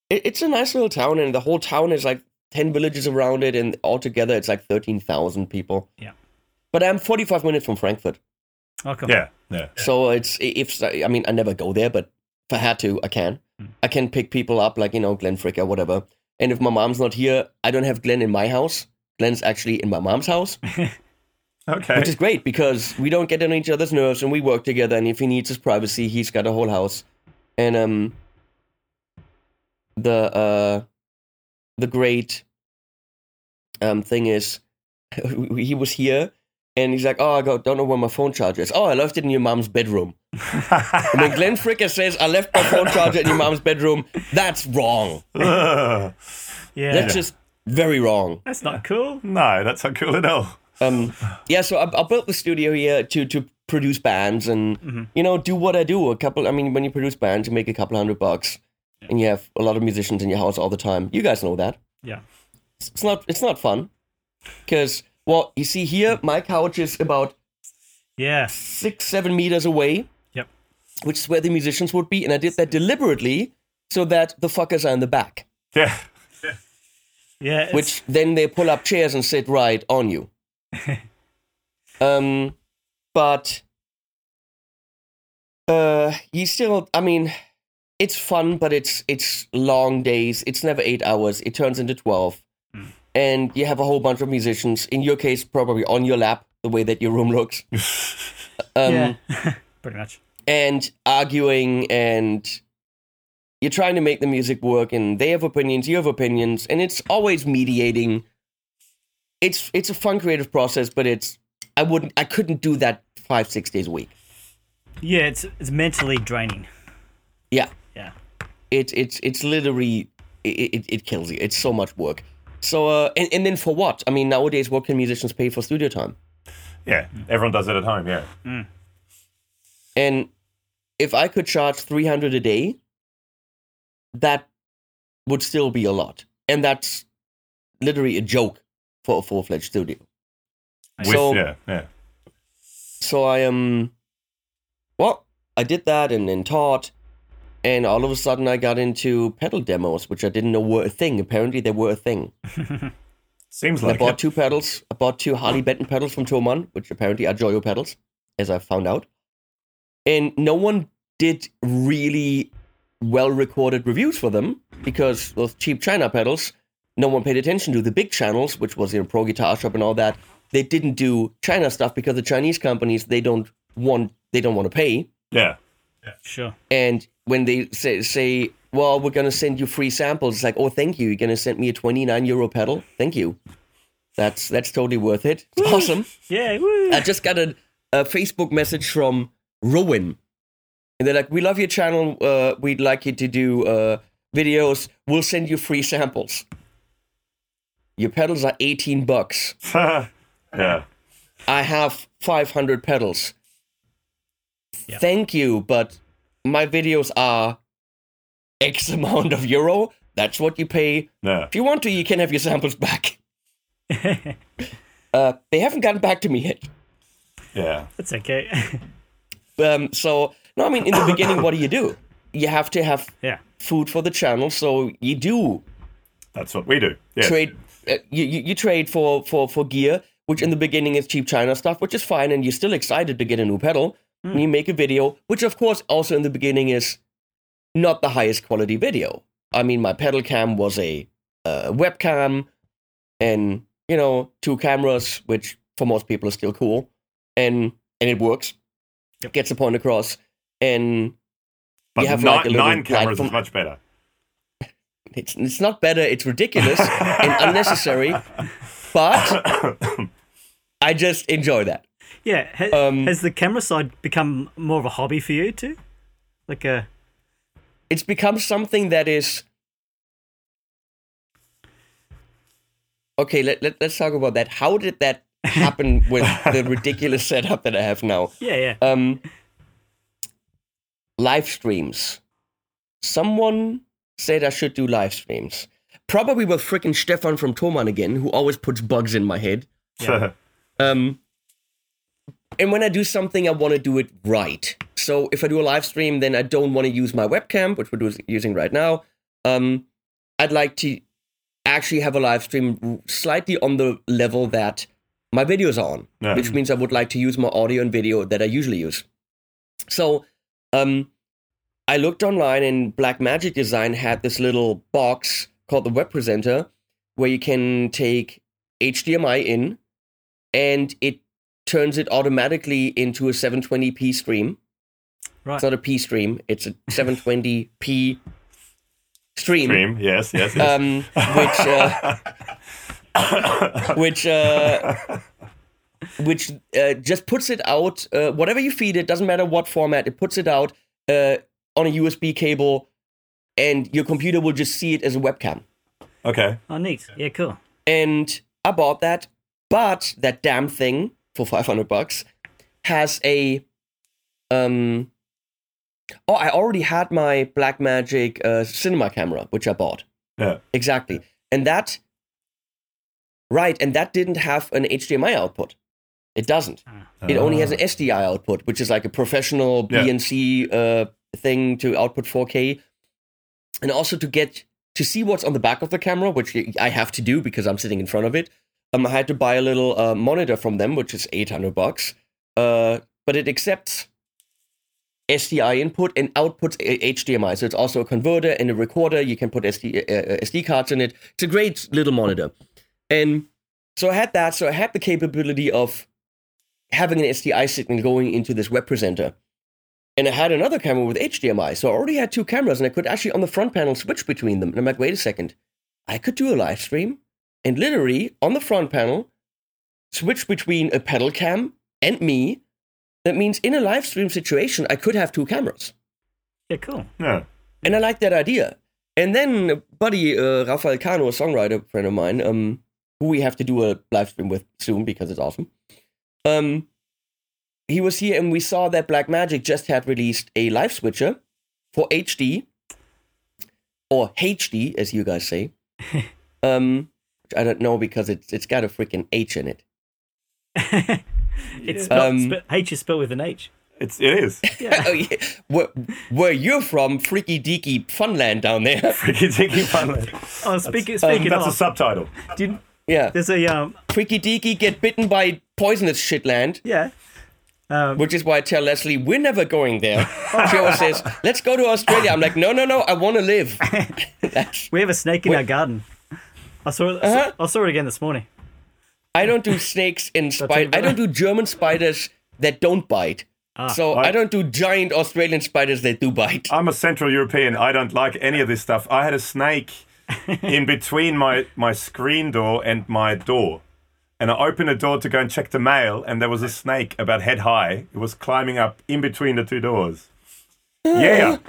it, it's a nice little town, and the whole town is like ten villages around it, and altogether it's like thirteen thousand people.
Yeah.
But I'm 45 minutes from Frankfurt,
oh, come
Yeah, yeah.
so it's i- if I mean I never go there, but if I had to, I can. I can pick people up like you know Glenn Frick or whatever. And if my mom's not here, I don't have Glenn in my house. Glenn's actually in my mom's house,
Okay.
which is great because we don't get on each other's nerves and we work together. And if he needs his privacy, he's got a whole house. And um, the uh, the great um thing is, he was here and he's like, "Oh, I got, don't know where my phone charger is. Oh, I left it in your mom's bedroom." and when Glenn Fricker says, "I left my phone charger in your mom's bedroom," that's wrong.
Ugh.
yeah,
That's just very wrong.
that's not cool.
no, that's not cool at all.
um, yeah, so I, I built the studio here to to produce bands and you know do what I do. A couple, I mean, when you produce bands, you make a couple hundred bucks, and you have a lot of musicians in your house all the time. You guys know that
Yeah,
it's, it's not it's not fun because well, you see here, my couch is about
yeah,
six seven meters away,
yep,
which is where the musicians would be, and I did that deliberately so that the fuckers are in the back,
Yeah.
yeah. it's-
which then they pull up chairs and sit right on you. Um, but uh, you still, I mean, it's fun, but it's it's long days. It's never eight hours. It turns into twelve, and you have a whole bunch of musicians. In your case, probably on your lap, the way that your room looks, um,
yeah, pretty much.
and arguing, and you're trying to make the music work. And they have opinions, you have opinions, and it's always mediating. It's it's a fun creative process, but it's I wouldn't I couldn't do that five six days a week.
Yeah, it's it's mentally draining.
Yeah.
Yeah,
it, it's it's literally it, it, it kills you it's so much work so uh and, and then for what i mean nowadays what can musicians pay for studio time
Yeah. Everyone does it at home, yeah.
and if i could charge 300 a day that would still be a lot and that's literally a joke for a full-fledged studio
With,
So-
yeah, yeah.
so I um, well, I did that and then taught, and all of a sudden I got into pedal demos, which I didn't know were a thing. Apparently they were a thing.
Seems
I
like
bought
it.
two pedals. I bought two Harley Benton pedals from Toman, which apparently are Joyo pedals, as I found out. And no one did really well recorded reviews for them because those cheap China pedals, no one paid attention to. The big channels, which was you know, Pro Guitar Shop and all that, they didn't do China stuff because the Chinese companies they don't want they don't want to pay.
Yeah.
sure.
And when they say, say well, we're going to send you free samples, it's like, oh, thank you. You're going to send me a 29 euro pedal? Thank you. That's that's totally worth it. It's awesome.
Yeah, woo.
I just got a, a Facebook message from Rowan. And they're like, we love your channel. Uh, we'd like you to do uh, videos. We'll send you free samples. Your pedals are 18 bucks.
yeah.
I have 500 pedals. Thank you, but my videos are X amount of euro. That's what you pay.
Yeah.
If you want to, you can have your samples back. Uh, they haven't gotten back to me yet.
Yeah.
That's okay.
Um, so, no, I mean, in the beginning, what do you do? You have to have
yeah,
food for the channel, so you do
That's what we do. Yeah.
trade. Uh, you, you you trade for for for gear, which in the beginning is cheap China stuff, which is fine, and you're still excited to get a new pedal. And you make a video, which of course also in the beginning is not the highest quality video. I mean, my pedal cam was a uh, webcam and you know two cameras, which for most people is still cool, and and it works.
Yep.
Gets the point across, and
But
You have,
nine,
like, a little
nine cameras
platform-
is much better.
it's it's not better. It's ridiculous and unnecessary, but I just enjoy that.
Yeah. ha-
Um,
has the camera side become more of a hobby for you too? Like a
It's become something that is okay. Let, let let's talk about that. How did that happen with the ridiculous setup that I have now?
yeah, yeah.
um live streams someone said i should do live streams probably with freaking stefan from toman again who always puts bugs in my head
Yeah.
um and when i do something i want to do it right so if i do a live stream then i don't want to use my webcam which we're do- using right now um i'd like to actually have a live stream slightly on the level that my videos are on
Yeah.
which means I would like to use more audio and video that I usually use. So, um, I looked online, and Blackmagic Design had this little box called the Web Presenter, where you can take HDMI in, and it turns it automatically into a 720p stream.
Right.
It's not a p stream; it's a 720p stream,
Dream. Yes, yes, yes.
Um, which uh, which uh, which uh, just puts it out uh, whatever you feed it doesn't matter what format it puts it out uh, on a usb cable and your computer will just see it as a webcam
okay.
Oh, neat. Yeah, cool.
and i bought that but that damn thing for 500 bucks has a um oh i already had my blackmagic uh, cinema camera which i bought
Yeah.
exactly and that right and that didn't have an hdmi output it doesn't it only has an SDI output, which is like a professional
Yeah.
BNC uh, thing to output 4K, and also to get to see what's on the back of the camera, which y- I have to do because I'm sitting in front of it. Um, I had to buy a little uh, monitor from them, which is 800 bucks, uh, but it accepts SDI input and outputs uh, a- HDMI, so it's also a converter and a recorder. You can put SD uh, uh, SD cards in it. It's a great little monitor, and so I had that. So I had the capability of having an SDI signal going into this web presenter. And I had another camera with HDMI, so I already had two cameras, and I could actually on the front panel switch between them. And I'm like, wait a second, I could do a live stream and literally on the front panel switch between a pedal cam and me. That means in a live stream situation, I could have two cameras.
Yeah, cool.
Uh, Yeah.
And I like that idea. And then a buddy, uh, Rafael Cano, a songwriter friend of mine, um, who we have to do a live stream with soon because it's awesome. Um, he was here and we saw that Black Magic just had released a live switcher for HD or HD, as you guys say. um, which I don't know because it's it's got a freaking H in it.
It's spelled,
Um,
spe- H is spelled with an H.
It's it is.
Oh, yeah. where, where you're from, freaky deaky funland down there.
Freaky Dicky Funland.
Oh, speaking speaking
That's a
of,
subtitle.
do you-
yeah,
there's a um,
freaky deaky get bitten by poisonous shitland.
yeah. Um,
which is why I tell Leslie, we're never going there. She always says, let's go to Australia. I'm like, no, no, no, I want to live. That's-
we have a snake in our garden. I saw it. I saw-
Uh-huh.
I saw it again this morning.
I don't do snakes and spiders. I don't do German spiders that don't bite. so I,
I-
don't do giant Australian spiders that do bite.
I'm a Central European. I don't like any of this stuff. I had a snake in between my, my screen door and my door. And I opened the door to go and check the mail, and there was a snake about head high. It was climbing up in between the two doors. Yeah.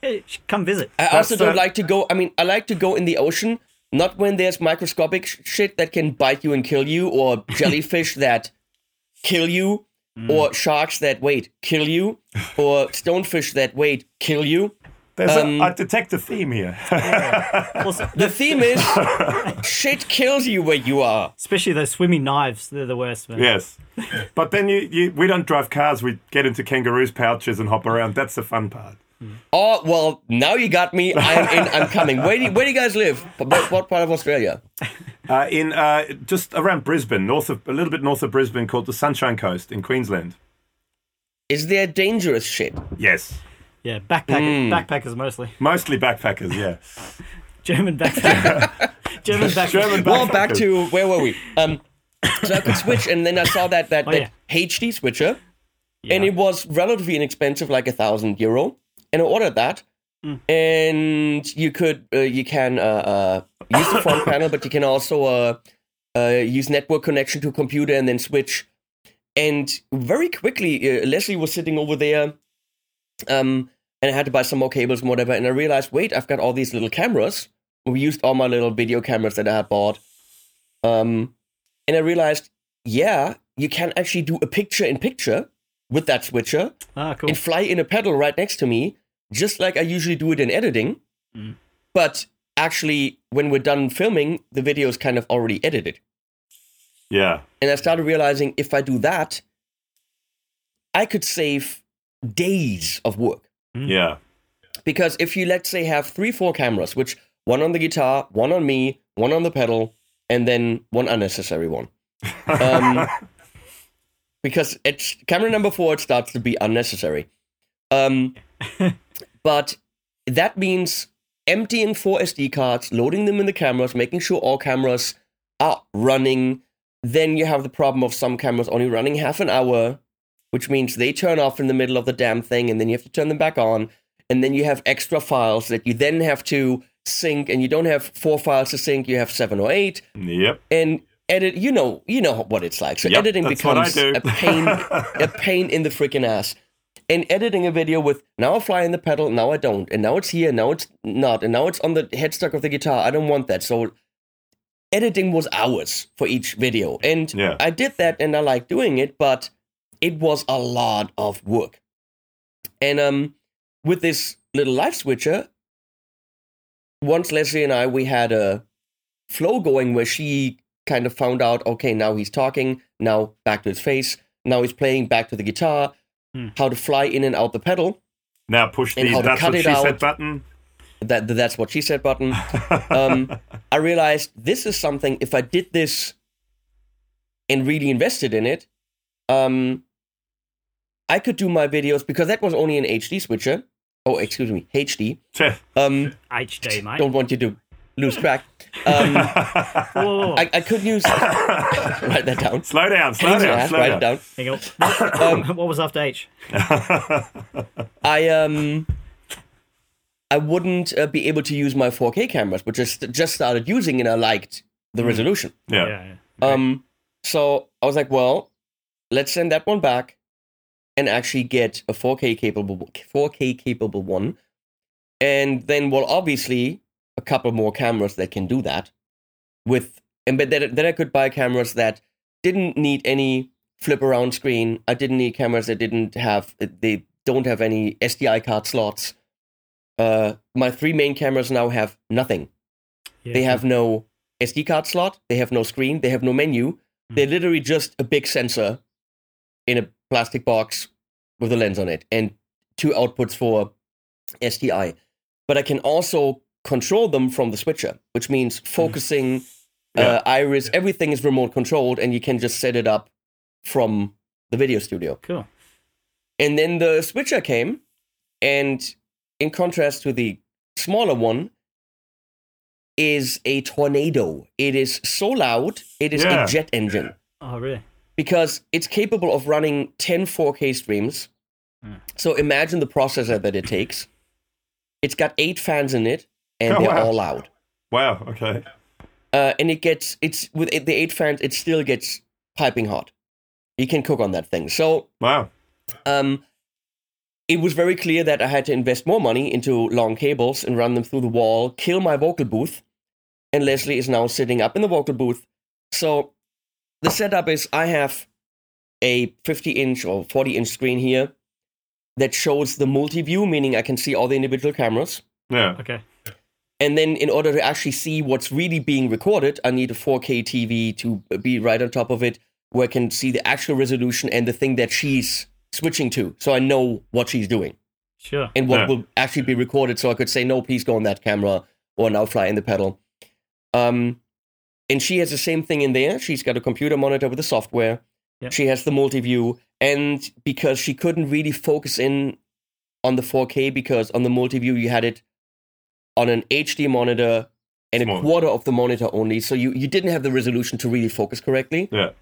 Hey, sh- come visit.
I
that's
also don't
the-
like to go. I mean, I like to go in the ocean, not when there's microscopic sh- shit that can bite you and kill you, or jellyfish that kill you, or sharks that wait kill you, or stonefish that wait kill you.
There's a, I detect a theme here.
Also,
The theme is shit kills you where you are.
especially those swimming knives. They're the worst. Man.
yes. But then you, you we don't drive cars. We get into kangaroos' pouches and hop around. That's the fun part.
Oh well, now you got me. I'm in. I'm coming. Where do you, where do you guys live? What, what part of Australia?
Uh, in uh, just around Brisbane, north of a little bit north of Brisbane, called the Sunshine Coast in Queensland.
Is there dangerous shit?
Yes.
Mm.
Yeah, backpacker, backpackers mostly.
Mostly backpackers, yeah.
German backpacker. German backpacker.
German back
Well, back to where were we? Um, so I could switch, and then I saw that that,
Oh,
that HD switcher, and it was relatively inexpensive, like a thousand euro, and I ordered that. And you could uh, you can uh, uh, use the front panel, but you can also uh, uh, use network connection to computer and then switch. And very quickly, uh, Leslie was sitting over there, um, and I had to buy some more cables and whatever. And I realized, wait, I've got all these little cameras. We used all my little video cameras that I had bought. Um, and I realized, yeah, you can actually do a picture in picture with that switcher
Ah, cool.
and fly in a pedal right next to me, just like I usually do it in editing. But actually, when we're done filming, the video is kind of already edited.
Yeah.
And I started realizing if I do that, I could save days of work.
Yeah.
Because if you, let's say, have three, four cameras, which one on the guitar, one on me, one on the pedal, and then one unnecessary one. Um, because it's camera number four, it starts to be unnecessary. Um, but that means emptying four SD cards, loading them in the cameras, making sure all cameras are running. Then you have the problem of some cameras only running half an hour, which means they turn off in the middle of the damn thing, and then you have to turn them back on. And then you have extra files that you then have to sync, and you don't have four files to sync, you have seven or eight
Yep.
and edit you know you know what it's like so
Yep,
editing
that's what I
becomes
do.
a pain a pain in the freaking ass and editing a video with now i fly in the pedal now i don't and now it's here now it's not and now it's on the headstock of the guitar i don't want that so editing was hours for each video and
Yeah.
i did that and i like doing it but it was a lot of work and um with this little live switcher once leslie and i we had a flow going where she kind of found out okay now he's talking now back to his face now he's playing back to the guitar
Hmm.
how to fly in and out the pedal
Now push
And
the
how to
that's
cut
what
it
she
out.
said button.
that that's what she said button um, i realized this is something if i did this and really invested in it um, i could do my videos because that was only an hd switcher oh excuse me hd
Che-
um,
HD, mate.
don't want you to lose track um,
Whoa, whoa, whoa.
I, I could use write that down
slow down, slow down,
Yeah,
slow
write it
down.
down
Hang on. What,
Um,
what was after H?
I um I wouldn't uh, be able to use my 4K cameras, which I st- just started using, and I liked the
Hmm.
resolution.
Yeah.
Yeah.
Um, so I was like, well, let's send that one back, and actually get a 4K capable 4K capable one, and then well, obviously a couple more cameras that can do that, with and but then then I could buy cameras that didn't need any flip around screen. I didn't need cameras that didn't have they don't have any SDI card slots. Uh, my three main cameras now have nothing.
yeah.
They have no SD card slot, they have no screen, they have no menu.
Hmm.
They're literally just a big sensor in a plastic box with a lens on it and two outputs for SDI. But I can also control them from the switcher, which means focusing,
Hmm. Yeah.
uh, iris, everything is remote controlled, and you can just set it up from the video studio.
Cool.
And then the switcher came, and in contrast to the smaller one, is a tornado. It is so loud, it is
Yeah.
a jet engine
Oh, really?
because it's capable of running 10 4K streams.
Hmm.
So imagine the processor that it takes. It's got eight fans in it, and
Oh,
they're
wow.
all loud.
Wow. Okay.
Uh, and it gets it's with the eight fans, it still gets piping hot. You can cook on that thing. So
Wow.
um, it was very clear that I had to invest more money into long cables and run them through the wall, kill my vocal booth. And Leslie is now sitting up in the vocal booth. So the setup is I have a 50 inch or 40 inch screen here that shows the multi view, meaning I can see all the individual cameras.
Yeah.
Okay.
And then in order to actually see what's really being recorded, I need a 4K TV to be right on top of it where I can see the actual resolution and the thing that she's switching to. So I know what she's doing
Sure.
and what
Yeah.
will actually be recorded. So I could say, no, please go on that camera or now fly in the pedal. Um, and she has the same thing in there. She's got a computer monitor with the software.
Yep.
She has the multi view. And because she couldn't really focus in on the 4K, because on the multi view, you had it on an HD monitor and
Small.
a quarter of the monitor only. So you, you didn't have the resolution to really focus correctly.
Yeah.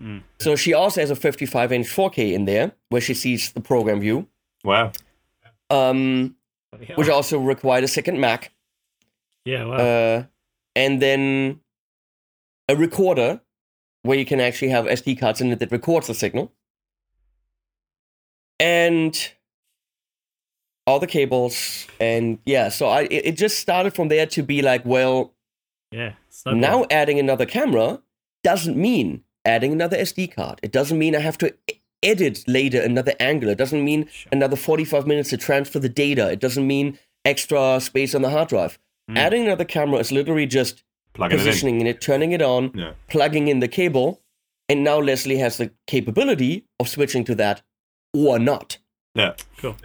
So she also has a 55 inch 4K in there where she sees the program view,
Wow.
um, which also required a second Mac.
yeah, wow.
Uh, and then a recorder where you can actually have SD cards in it that records the signal. And all the cables and yeah, so I it, it just started from there to be like, well,
yeah. Snowball.
now adding another camera doesn't mean adding another SD card. It doesn't mean I have to e- edit later another angle. It doesn't mean another 45 minutes to transfer the data. It doesn't mean extra space on the hard drive. Adding another camera is literally just
Plugging it in.
positioning it, turning it on,
Yeah.
plugging in the cable, and now Leslie has the capability of switching to that or not.
Yeah.
cool.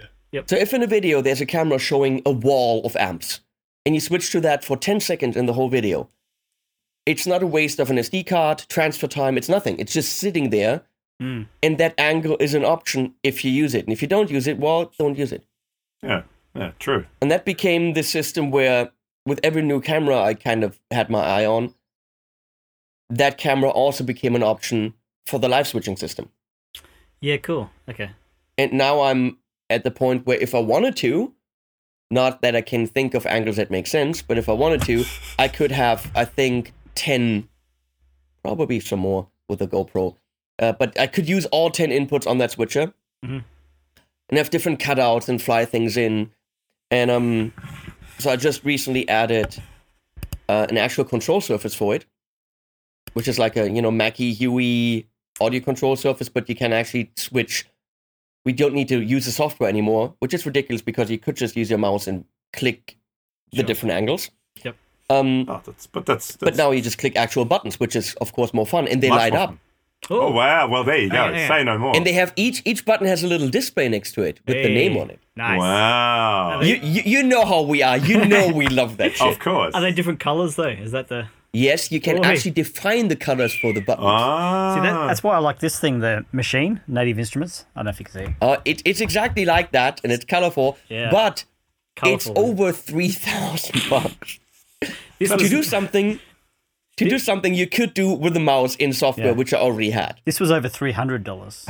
So if in a video there's a camera showing a wall of amps, and you switch to that for 10 seconds in the whole video, it's not a waste of an SD card, transfer time, it's nothing. It's just sitting there,
Mm.
and that angle is an option if you use it. And if you don't use it, well, don't use it.
Yeah. Yeah. True.
And that became the system where, with every new camera I kind of had my eye on, that camera also became an option for the live switching system.
Yeah, cool. Okay.
and now I'm at the point where if I wanted to, not that I can think of angles that make sense, but if I wanted to, I could have I think ten, probably some more with the GoPro, uh, but I could use all ten inputs on that switcher,
Mhm.
and have different cutouts and fly things in, and um, so I just recently added uh, an actual control surface for it, which is like a you know Mackie Huey audio control surface, but you can actually switch we don't need to use the software anymore, which is ridiculous because you could just use your mouse and click the
Sure.
different angles.
Yep.
Um,
Oh, that's, but that's,
but
that's
now you just click actual buttons, which is of course more fun, and they
much
light
more
up.
fun. Oh, wow. Well, there you go.
Yeah, yeah.
Say no more.
And they have each each button has a little display next to it with the name
Hey,
on it.
Nice.
Wow.
Are they-
You, you you know how we are. You know we love that shit.
Of course.
Are they different colors though? Is that the
Yes, you can
Oi.
actually define the colors for the buttons.
Ah.
See, that, that's why I like this thing, the machine, native instruments. I don't know if you can see.
Uh, it, it's exactly like that, and it's colorful.
Yeah.
But it's
Colorful.
over three thousand bucks.
this,
to
was,
do something to do something you could do with the mouse in software
Yeah.
which i already had
this was over three hundred dollars.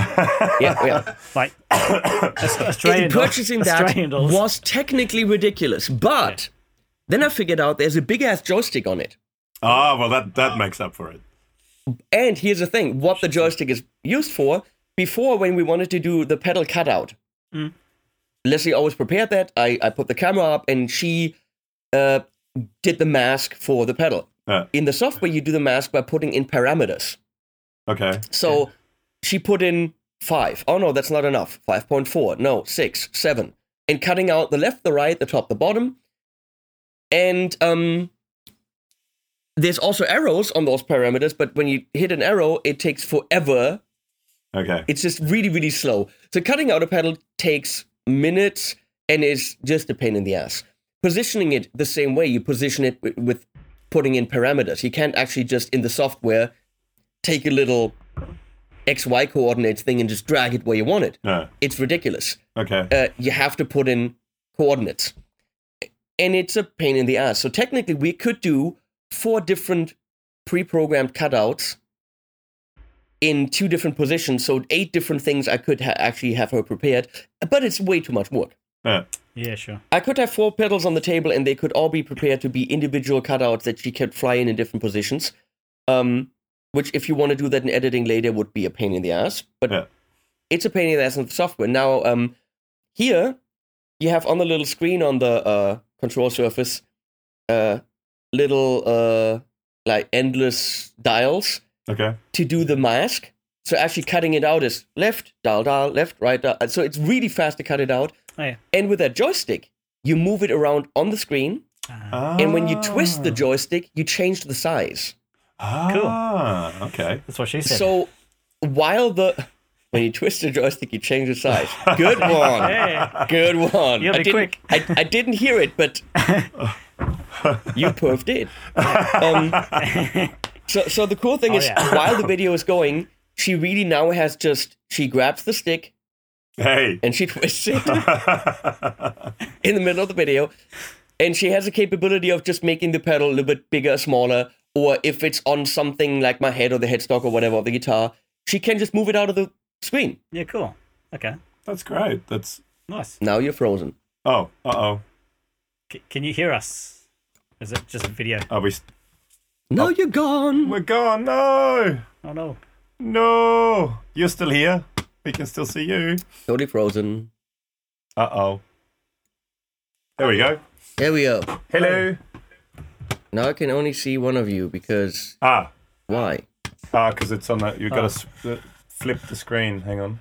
yeah, yeah.
Like Aus- Australian
And
doll-
purchasing that
Australian dollars.
was technically ridiculous but then i figured out there's a big ass joystick on it
Ah, well, that, that makes up for it.
and here's the thing what the joystick is used for before when we wanted to do the pedal cutout leslie always prepared that i, I put the camera up and she uh, did the mask for the pedal
Yeah.
in the software you do the mask by putting in parameters
Okay.
So she put in five. Oh no, that's not enough. Five point four. No, six, seven. And cutting out the left, the right, the top, the bottom. And um there's also arrows on those parameters, but when you hit an arrow, it takes forever.
Okay.
It's just really, really slow. So cutting out a pedal takes minutes and is just a pain in the ass. Positioning it the same way, you position it wi- with putting in parameters. You can't actually just in the software take a little XY coordinates thing and just drag it where you want it.
No.
It's ridiculous.
Okay.
Uh, you have to put in coordinates. And it's a pain in the ass. So technically, we could do four different pre programmed cutouts in two different positions. So, eight different things I could ha- actually have her prepared. But it's way too much work.
Yeah.
yeah, sure.
I could have four pedals on the table, and they could all be prepared to be individual cutouts that she could fly in in different positions. Um, which, if you want to do that in editing later, would be a pain in the ass. But
Yeah.
it's a pain in the ass in the software. Now, um, here you have on the little screen on the uh, control surface, uh, little uh, like endless dials
Okay.
to do the mask. So actually cutting it out is left dial dial left right dial. So it's really fast to cut it out.
Oh, yeah.
And with that joystick, you move it around on the screen, and when you twist the joystick, you change the size.
Ah. Cool. Okay.
That's what she said.
So while the when you twist the joystick, you change the size. Good one.
yeah.
Good one.
You
I
gotta be
didn't-
quick.
I, I didn't hear it, but you perved it. Um, so, so the cool thing
Oh,
is,
yeah.
while the video is going, she really now has just she grabs the stick
Hey.
and she twists it in the middle of the video, and she has a capability of just making the pedal a little bit bigger, smaller, or if it's on something like my head or the headstock or whatever of the guitar, she can just move it out of the screen.
Yeah, cool. Okay,
That's great. That's
nice.
Now you're frozen.
oh, uh oh.
C- can you hear us? Is it just video?
Are we? St-
Now you're gone.
We're gone. No,
Oh no.
no. You're still here. We can still see you.
Totally frozen.
Uh oh. There we go.
There we go.
Hello.
Now I can only see one of you because
Ah,
why?
ah, because it's on that. You've got to s- uh, flip the screen. Hang on.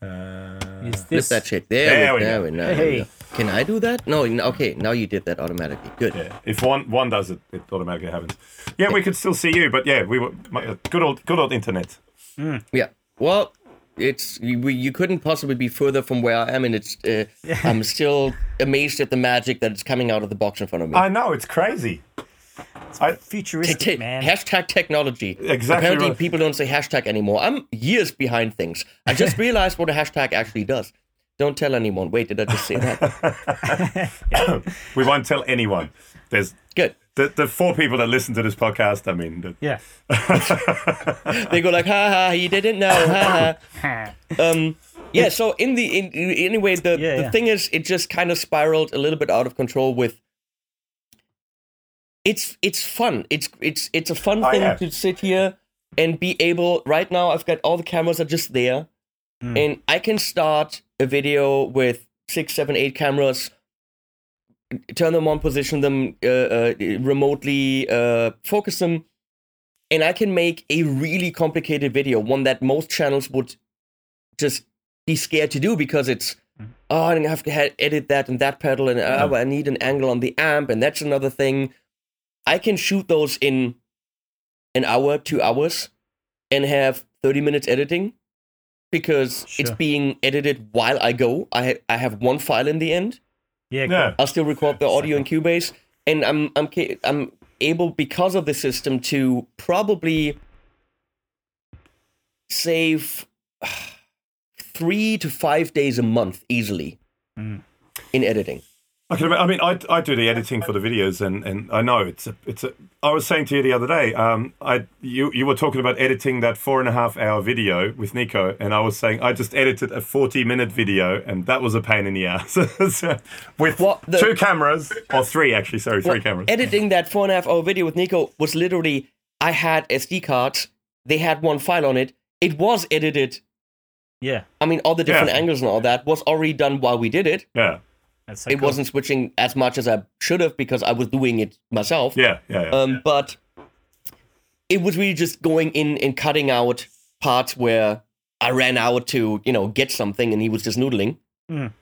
Uh,
Is
Flip
this
that shit. There,
There
we,
we
there
go.
we now. there we go. Can I do that? No. n- Okay. Now you did that automatically. Good.
Yeah, if one one does it, it automatically happens. Yeah, we could still see you, but yeah, we were my, uh, good old good old internet.
Yeah. Well, it's you, we- you couldn't possibly be further from where I am, and it's uh, I'm still amazed at the magic that is coming out of the box in front of me.
I know it's crazy. I
Te-
Futuristic
te-
man.
Hashtag technology.
Exactly
Apparently,
right.
people don't say hashtag anymore. I'm years behind things. I just realized what a hashtag actually does. Don't tell anyone. Wait, did I just say that?
we won't tell anyone. There's
Good.
the the four people that listen to this podcast. I mean, the,
Yeah.
They go like, ha ha, he didn't know, ha
Ha.
ha. Um, yeah. So in the in, in- anyway, the
Yeah,
the
yeah.
thing is, it just kind of spiraled a little bit out of control with. It's it's fun. It's it's it's a fun
Oh,
thing
yeah.
to sit here and be able. Right now, I've got all the cameras are just there.
Hmm.
and I can start a video with six, seven, eight cameras, turn them on, position them uh, uh, remotely, uh, focus them, and I can make a really complicated video, one that most channels would just be scared to do because it's oh, I have to ha- edit that and that pedal, and uh, I need an angle on the amp, and that's another thing. I can shoot those in an hour, two hours, and have thirty minutes editing because it's
Sure.
being edited while I go. I ha- I have one file in the end.
Yeah. Cool.
yeah,
I'll still record the audio in Cubase, and I'm I'm ca- I'm able because of the system to probably save three to five days a month easily
Mm.
in editing.
I can. I mean, I, I do the editing for the videos, and, and I know it's a, it's a. I was saying to you the other day, um, I you you were talking about editing that four and a half hour video with Nico, and I was saying I just edited a forty minute video, and that was a pain in the ass So, with
What the-
two cameras or three actually. Sorry, three
Well,
cameras.
Editing that four and a half hour video with Nico was literally I had SD cards. They had one file on it. It was edited.
Yeah.
I mean, all the different
Yeah.
angles and all that was already done while we did it.
yeah,
That's so
It
cool.
wasn't switching as much as I should have because I was doing it myself.
yeah, yeah, yeah.
Um, but it was really just going in and cutting out parts where I ran out to, you know, get something and he was just noodling.
Mm.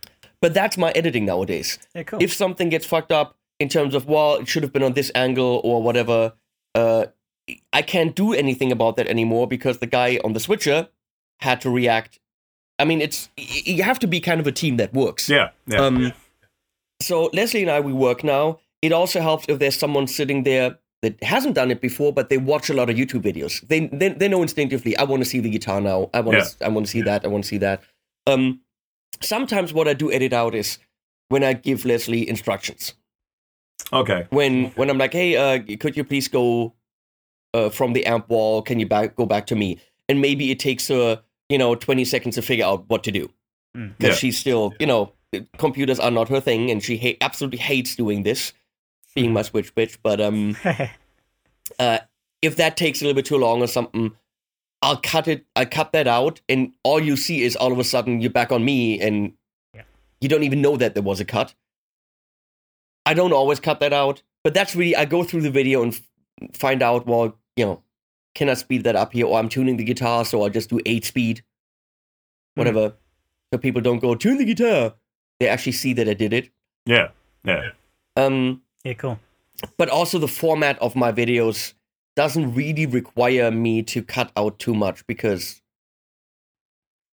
But that's my editing nowadays.
Yeah. Cool.
If something gets fucked up in terms of, well, it should have been on this angle or whatever, uh, I can't do anything about that anymore because the guy on the switcher had to react. I mean, it's y- y- you have to be kind of a team that works.
yeah, yeah.
Um, so Leslie and I, we work now. It also helps if there's someone sitting there that hasn't done it before, but they watch a lot of YouTube videos. They they, they know instinctively. I want to see the guitar now. I want to I want to see that. I want to see that. Um, sometimes what I do edit out is when I give Leslie instructions.
okay.
When when I'm like, hey, uh, could you please go uh, from the amp wall? Can you back go back to me? And maybe it takes her you know 20 seconds to figure out what to do because
Hmm. Yeah.
she's still, you know, computers are not her thing, and she ha- absolutely hates doing this,
Mm-hmm.
being my switch bitch. But um, uh, if that takes a little bit too long or something, I'll cut it. I cut that out, and all you see is all of a sudden you're back on me, and
Yeah.
you don't even know that there was a cut. I don't always cut that out, but that's really I go through the video and f- find out. Well, you know, can I speed that up here, or I'm tuning the guitar, so I'll just do eight speed,
Hmm.
whatever. So people don't go tune the guitar; they actually see that I did it.
Yeah, yeah.
Um,
yeah. Cool.
but also the format of my videos doesn't really require me to cut out too much because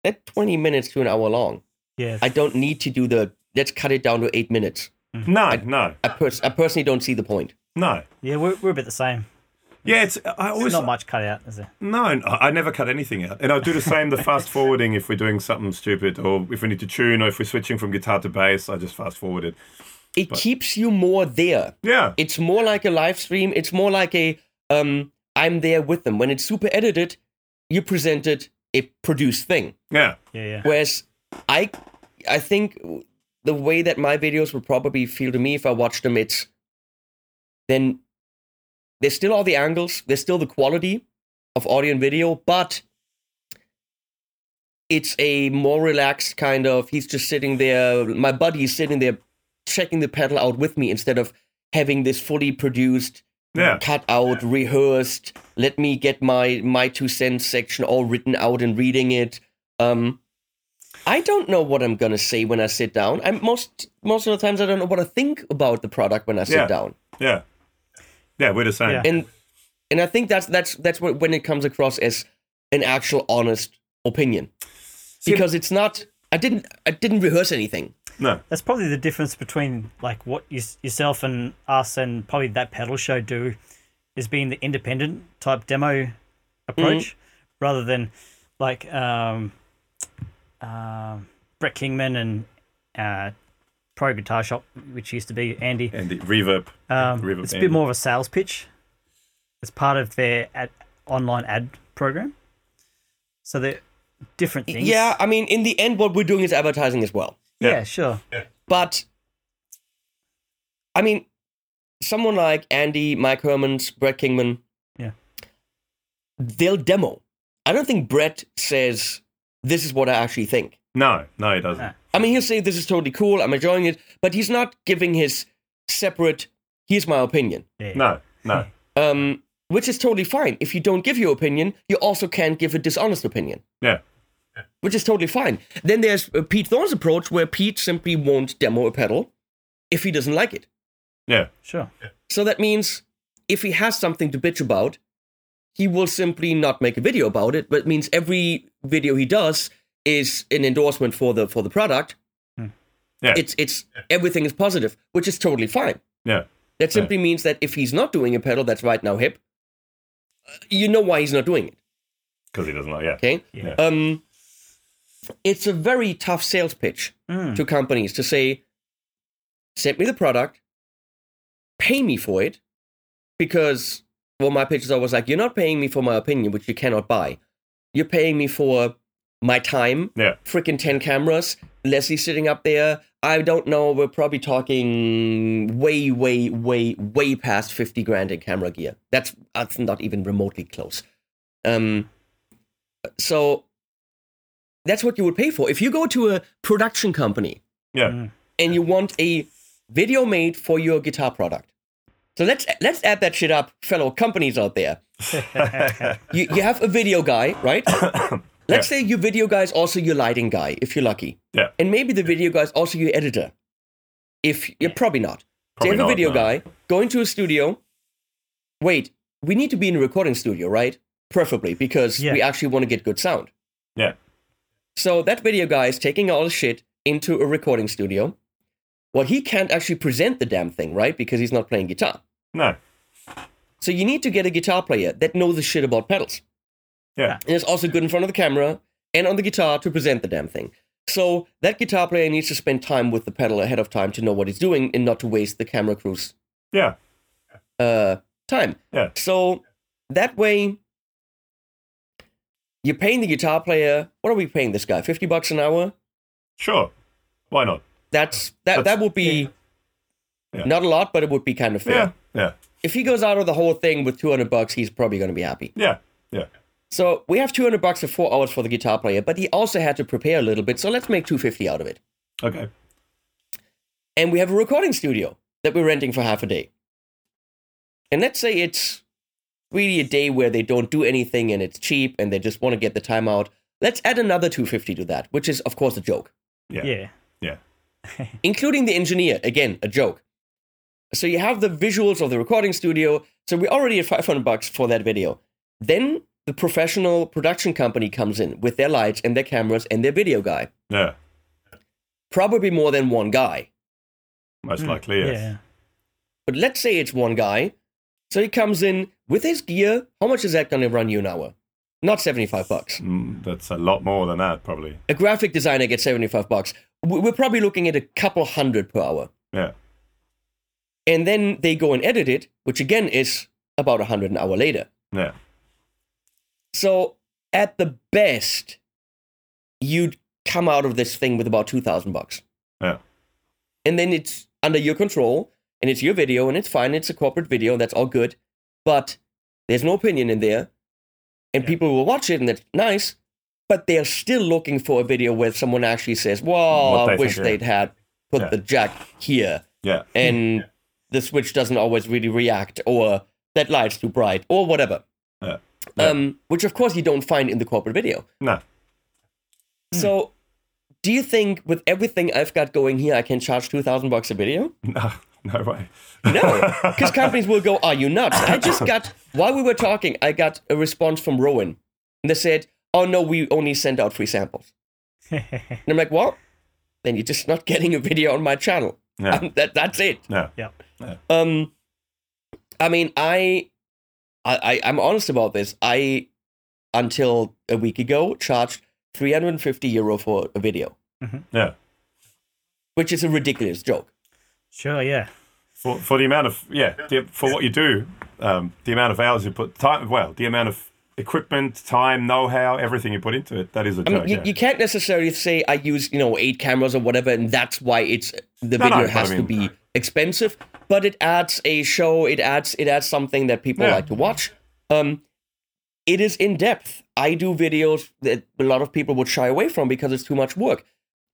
that 20 minutes to an hour long
Yeah.
i don't need to do the let's cut it down to eight minutes
No, no,
mm-hmm. i, pers- I personally don't see the point
no.
yeah. We're, we're a bit the same.
Yeah, it's. I
There's
always
not much cut out, is there?
No, I I never cut anything out. And I do the same, the fast forwarding if we're doing something stupid or if we need to tune or if we're switching from guitar to bass, I just fast forward it.
it keeps you more there.
Yeah.
It's more like a live stream. It's more like a um, I'm there with them. When it's super edited, you presented a produced thing.
Yeah.
Yeah, yeah.
Whereas I, I think the way that my videos would probably feel to me if I watched them, it's then there's still all the angles, there's still the quality of audio and video, but it's a more relaxed kind of. He's just sitting there. My buddy's sitting there checking the pedal out with me instead of having this fully produced
Yeah.
cut out, rehearsed. Let me get my my two cents section all written out and reading it. Um, I don't know what I'm gonna say when I sit down. I'm most most of the times I don't know what I think about the product when I sit
Yeah.
down.
Yeah. Yeah, we're the same.
Yeah.
And and I think that's that's that's what when it comes across as an actual honest opinion. Because it's not I didn't I didn't rehearse anything.
No.
That's probably the difference between like what you, yourself and us and probably that pedal show do is being the independent type demo
Mm.
approach rather than like um, um Brett Kingman and uh, Pro Guitar Shop, which used to be Andy.
And the reverb.
Um,
reverb
it's a
and-
bit more of a sales pitch. It's part of their ad, online ad program. So they're different things.
Yeah, I mean in the end what we're doing is advertising as well.
Yeah,
Yeah.
sure.
But I mean, someone like Andy, Mike Hermans, Brett Kingman,
Yeah.
they'll demo. I don't think Brett says this is what I actually think.
No, no, it doesn't.
Ah.
I mean, he'll say this is totally cool. I'm enjoying it, but he's not giving his separate. Here's my opinion,
Yeah.
No, no.
um, which is totally fine. If you don't give your opinion, you also can't give a dishonest opinion,
Yeah.
which is totally fine. Then there's uh, Pete Thorne's approach, where Pete simply won't demo a pedal if he doesn't like it.
Yeah.
Sure.
So that means if he has something to bitch about, he will simply not make a video about it. But it means every video he does is an endorsement for the for the product.
Yeah.
It's it's everything is positive, which is totally fine.
Yeah.
That simply means that if he's not doing a pedal that's right now hip, uh, you know why he's not doing it.
Because he doesn't like yeah.
Okay.
Yeah.
Um, it's a very tough sales pitch
Mm.
to companies to say, send me the product, pay me for it, because, well, my pitch is always like, you're not paying me for my opinion, which you cannot buy. You're paying me for my time,
Yeah.
freaking 10 cameras, Leslie sitting up there. I don't know, we're probably talking way, way, way, way past 50 grand in camera gear. That's, that's not even remotely close. Um, so that's what you would pay for. If you go to a production company
Yeah.
and you want a video made for your guitar product. So let's let's add that shit up, fellow companies out there.
Mm.
you, you have a video guy, right? let's say your video guy is also your lighting guy, if you're lucky.
Yeah.
And maybe the video guy is also your editor. If you're probably not. So you
Probably
have a
not,
video
no.
guy going to a studio. Wait, we need to be in a recording studio, right? Preferably, because
Yeah.
we actually want to get good sound.
Yeah.
So that video guy is taking all the shit into a recording studio. Well, he can't actually present the damn thing, right? Because he's not playing guitar.
No.
So you need to get a guitar player that knows the shit about pedals.
Ah.
Yeah.
And is also good in front of the camera and on the guitar to present the damn thing. So that guitar player needs to spend time with the pedal ahead of time to know what he's doing and not to waste the camera crew's
Yeah.
uh, time.
Yeah.
So that way, you're paying the guitar player. What are we paying this guy? Fifty bucks an hour.
Sure. Why not?
That's that.
That's-
that would be
Yeah.
not a lot, but it would be kind of fair.
Yeah. Yeah.
If he goes out of the whole thing with two hundred bucks, he's probably going to be happy.
Yeah. Yeah.
So we have two hundred bucks for four hours for the guitar player, but he also had to prepare a little bit. So let's make two fifty out of it,
Okay.
and we have a recording studio that we're renting for half a day. And let's say it's really a day where they don't do anything and it's cheap and they just want to get the time out. Let's add another 250 to that, which is of course a joke,
Yeah.
Yeah.
Yeah.
including the engineer, again, a joke. So you have the visuals of the recording studio, so we're already at 500 bucks for that video. Then the professional production company comes in with their lights and their cameras and their video guy.
Yeah.
Probably more than one guy.
Most likely. Yes.
Mm. Yeah.
But let's say it's one guy. So he comes in with his gear. How much is that going to run you an hour? Not 75 bucks.
Mm, that's a lot more than that, probably.
A graphic designer gets 75 bucks. We- We're probably looking at a couple hundred per hour.
Yeah.
and then they go and edit it, which again is about 100 an hour later.
Yeah.
So at the best, you'd come out of this thing with about 2,000 bucks.
Yeah.
And then it's under your control and it's your video and it's fine. It's a corporate video and that's all good. But there's no opinion in there and people will watch it and that's nice. But they're still looking for a video where someone actually says, well,
What
I
they
wish
think, yeah.
they'd had put
Yeah.
the jack here
Yeah.
and the switch doesn't always really react or that light's too bright or whatever
Yeah.
um, which of course you don't find in the corporate video
No. Hmm.
so do you think with everything i've got going here i can charge 2000 bucks a video
No. No way.
no because companies will go are you nuts i just got while we were talking i got a response from rowan and they said oh no we only send out free samples and i'm like well then you're just not getting a video on my channel
Yeah.
that, that's it
No.
yeah.
um, I mean, I, I, I- I'm honest about this. I, until a week ago, charged 350 euro for a video,
Yeah.
which is a ridiculous joke.
Sure, yeah.
For, for the amount of yeah, the, for what you do, um, the amount of hours you put time, well, the amount of equipment, time, know-how, everything you put into it, that is a
I mean,
joke.
you,
yeah.
you can't necessarily say I use you know eight cameras or whatever, and that's why it's the
No, no,
video
but I
has to
mean-
be expensive. But it adds a show. It adds it adds something that people
Yeah.
like to watch. Um, it is in depth. I do videos that a lot of people would shy away from because it's too much work.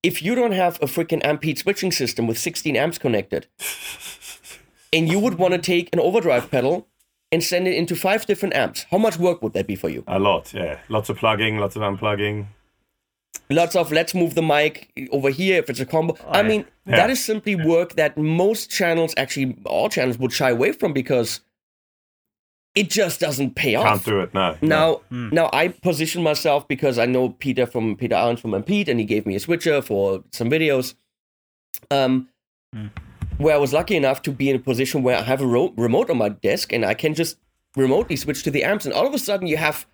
If you don't have a freaking amped switching system with 16 amps connected, and you would want to take an overdrive pedal and send it into five different amps, how much work would that be for you?
A lot, yeah. Lots of plugging, lots of unplugging.
lots of let's move the mic over here if it's a combo. I
yeah.
mean,
Oh, Yeah.
that is simply work that most channels, actually all channels, would shy away from because it just doesn't pay
Can't
off.
do it, Hmm. no.
Now, now I position myself because I know Peter from Peter Arns from Impede, and he gave me a switcher for some videos. Um, where I was lucky enough to be in a position where I have a ro- remote on my desk and I can just remotely switch to the amps, and all of a sudden you have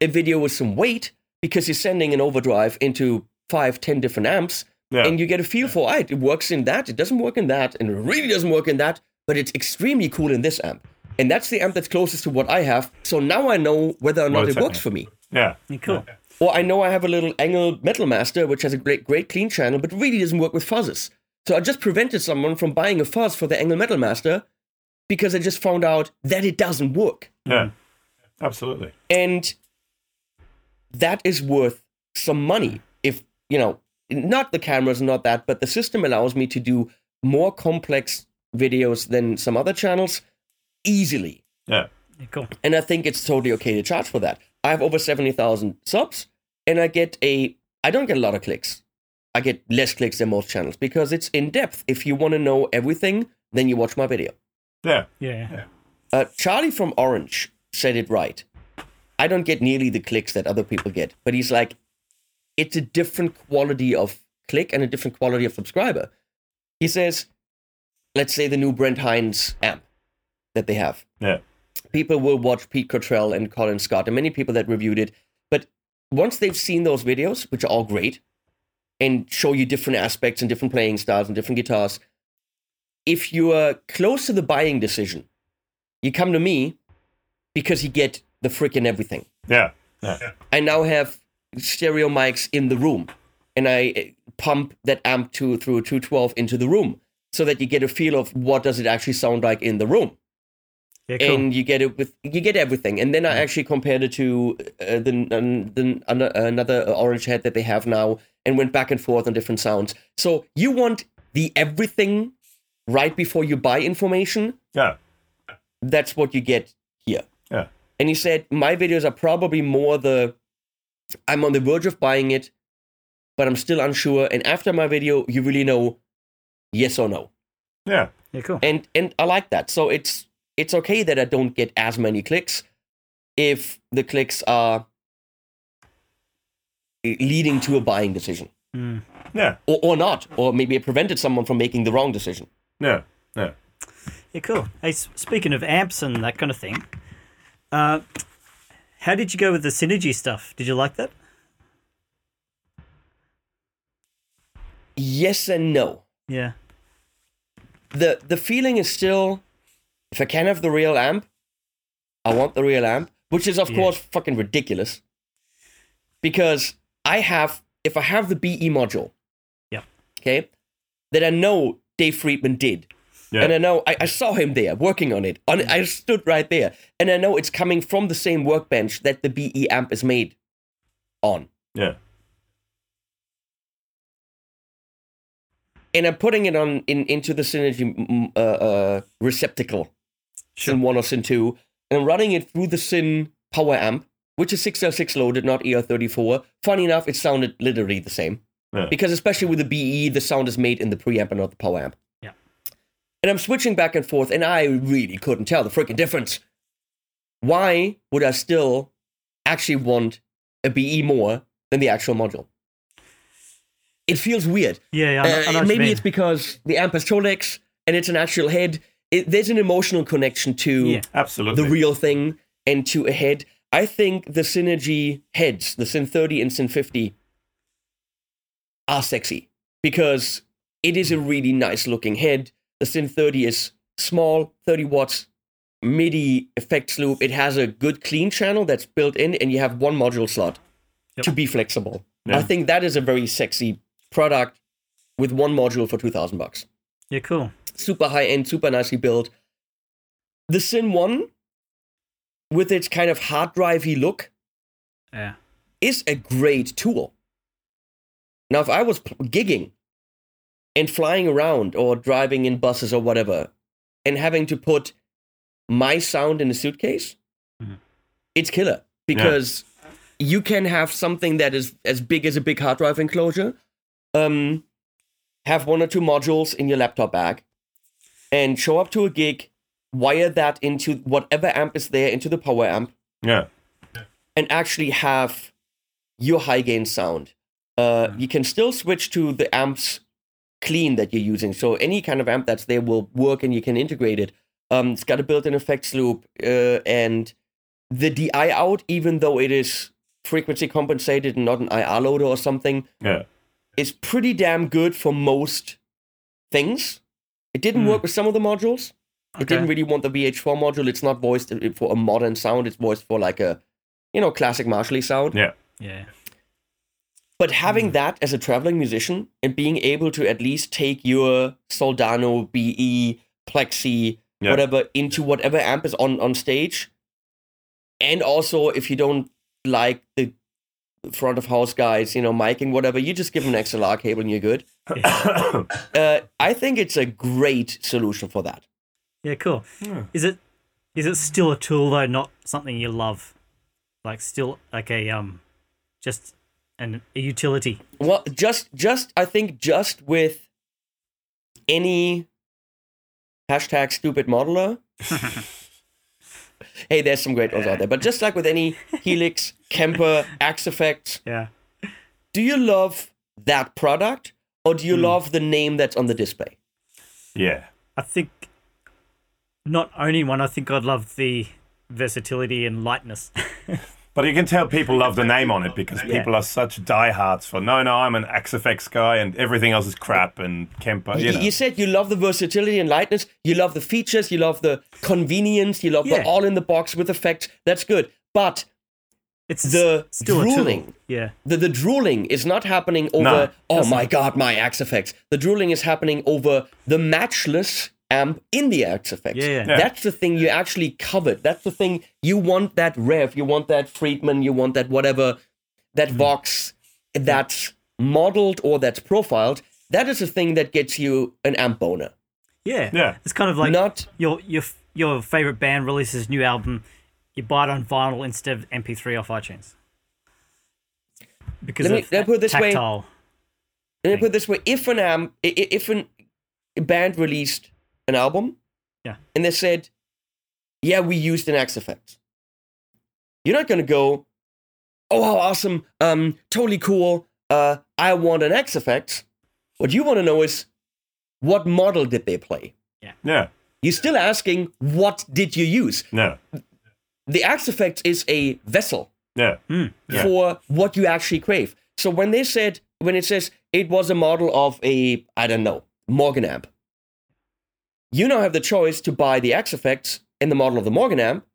a video with some weight because you're sending an overdrive into five, ten different amps,
Yeah.
and you get a feel for all right, it works in that, it doesn't work in that, and it really doesn't work in that, but it's extremely cool in this amp. And that's the amp that's closest to what I have. So now I know whether or not
Well,
it works
exactly.
for me.
Yeah.
Yeah, Cool.
Or I know I have a little Angle Metal Master, which has a great, great clean channel, but really doesn't work with fuzzes. So I just prevented someone from buying a fuzz for the Angle Metal Master because I just found out that it doesn't work.
Yeah. Absolutely.
And that is worth some money. If, you know, not the cameras, not that, but the system allows me to do more complex videos than some other channels easily.
Yeah.
Yeah, cool.
And I think it's totally okay to charge for that. I have over 70,000 subs and I get a, I don't get a lot of clicks. I get less clicks than most channels because it's in depth. If you want to know everything, then you watch my video.
Yeah.
Yeah.
Uh, Charlie from Orange said it right. I don't get nearly the clicks that other people get, but he's like, it's a different quality of click and a different quality of subscriber. He says, let's say the new Brent Hines amp that they have
Yeah.
people will watch Pete Cottrell and Colin Scott and many people that reviewed it. But once they've seen those videos, which are all great, and show you different aspects and different playing styles and different guitars, if you are close to the buying decision, you come to me because you get the freaking everything.
Yeah. Yeah.
I now have stereo mics in the room, and I eh, pump that amp to through a 212 into the room so that you get a feel of what does it actually sound like in the room
Yeah, cool.
and you get it with you get everything. And then I actually compared it to uh, the, um, the ano- another orange head that they have now, and went back and forth on different sounds. So you want the everything right before you buy information.
Yeah.
That's what you get here.
Yeah.
And he said my videos are probably more the I'm on the verge of buying it, but I'm still unsure. And after my video, you really know yes or no
Yeah.
yeah, cool.
and and I like that. So it's it's okay that I don't get as many clicks if the clicks are leading to a buying decision
Mm.
Yeah.
or, or not or maybe it prevented someone from making the wrong decision
Yeah. Yeah.
Yeah, cool. Hey, s- speaking of amps and that kind of thing, uh, how did you go with the synergy stuff? Did you like that?
yes and no
Yeah.
the the feeling is still if I can have the real amp, I want the real amp, which is of
Yeah.
course fucking ridiculous. Because I have if I have the BE module,
Yep.
okay, that I know Dave Friedman did.
Yeah.
And I know I, I saw him there working on it. On I stood right there. And I know it's coming from the same workbench that the BE amp is made on.
Yeah.
And I'm putting it on in into the synergy mm, uh, uh, receptacle,
Sure.
syn one or syn two, and I'm running it through the syn power amp, which is 606 loaded, not ER34. Funny enough, it sounded literally the same
Yeah.
because especially with the BE, the sound is made in the preamp and not the power amp.
Yeah.
And I'm switching back and forth, and I really couldn't tell the freaking difference. Why would I still actually want a BE more than the actual module? It feels weird.
Yeah, yeah. I know, I know
Uh,
what you
maybe
mean.
it's because the amp has Tolex and it's an actual head. It, there's an emotional connection to
Yeah.
Absolutely.
the real thing and to a head. I think the synergy heads, the Syn 30 and Syn 50, are sexy because it is a really nice looking head. The Syn 30 is small, 30 watts MIDI effects loop. It has a good clean channel that's built in, and you have one module slot
Yep.
to be flexible.
Yeah.
I think that is a very sexy product with one module for 2000 bucks
yeah, cool.
super high end, super nicely built. The Sin 1, with its kind of hard drivey look,
Yeah.
is a great tool. Now, if I was p- gigging and flying around or driving in buses or whatever, and having to put my sound in a suitcase,
Mhm.
it's killer because you can have something that is as big as a big hard drive enclosure, um, have one or two modules in your laptop bag, and show up to a gig, wire that into whatever amp is there into the power amp,
yeah.
and actually have your high gain sound. Uh, You can still switch to the amps clean that you're using. So any kind of amp that's there will work, and you can integrate it. Um, it's got a built-in effects loop, uh, and the DI out, even though it is frequency compensated and not an IR loader or something,
Yeah.
is pretty damn good for most things. It didn't
Hmm.
work with some of the modules. It
Okay.
didn't really want the VH4 module. It's not voiced uh, for a modern sound. It's voiced for like a, you know, classic Marshally sound.
Yeah.
Yeah.
But having that as a traveling musician and being able to at least take your Soldano, BE, Plexi,
Yeah.
whatever, into whatever amp is on, on stage. And also, if you don't like the front of house guys, you know, miking, whatever, you just give them an XLR cable and you're good. Uh, I think it's a great solution for that.
Yeah, cool.
Yeah.
Is it is it still a tool though, not something you love? Like still like a um just an a utility.
Well, just just I think just with any hashtag stupid modeler. hey, there's some great ones out there, but just like with any Helix, Kemper, Axe Effects,
Yeah.
do you love that product or do you
Hmm.
love the name that's on the display?
yeah.
I think not only one, I think I'd love the versatility and lightness.
But you can tell people love the name on it because
Yeah.
people are such diehards for no, no, I'm an XFX guy and everything else is crap and Kemper.
Y-
Uh, You
You,
know.
said you love the versatility and lightness. You love the features. You love the convenience. You love
Yeah.
the all in the box with effects. That's good. But
It's
The
s- still a tool.
drooling.
Yeah.
the, the drooling is not happening over,
No,
oh my god, my Axe Effects. The drooling is happening over the matchless amp in the Axe Effects.
Yeah, yeah.
Yeah.
That's the thing you actually covered. That's the thing you want that rev, you want that Friedman, you want that whatever, that
Mm.
Vox that's modeled or that's profiled. That is the thing that gets you an amp boner.
Yeah.
Yeah.
It's kind of like
Not-
your your f- your favorite band releases new album, you buy it on vinyl instead of MP3 off iTunes. Because
Let me-
of
let me put it this way.
tactile.
Let me put it this way: if an am, i- i- if an a band released an album,
Yeah.
and they said, "Yeah, we used an Axe Effect," you're not gonna go, "Oh, how awesome! Um, totally cool. Uh, I want an Axe Effect." What you want to know is, what model did they play?
Yeah.
You're still asking, what did you use?
Yeah.
The Axe Effect is a vessel
Yeah. Yeah.
for what you actually crave. So when they said, when it says it was a model of a, I don't know, Morgan amp, you now have the choice to buy the X Effects and the model of the Morgan amp,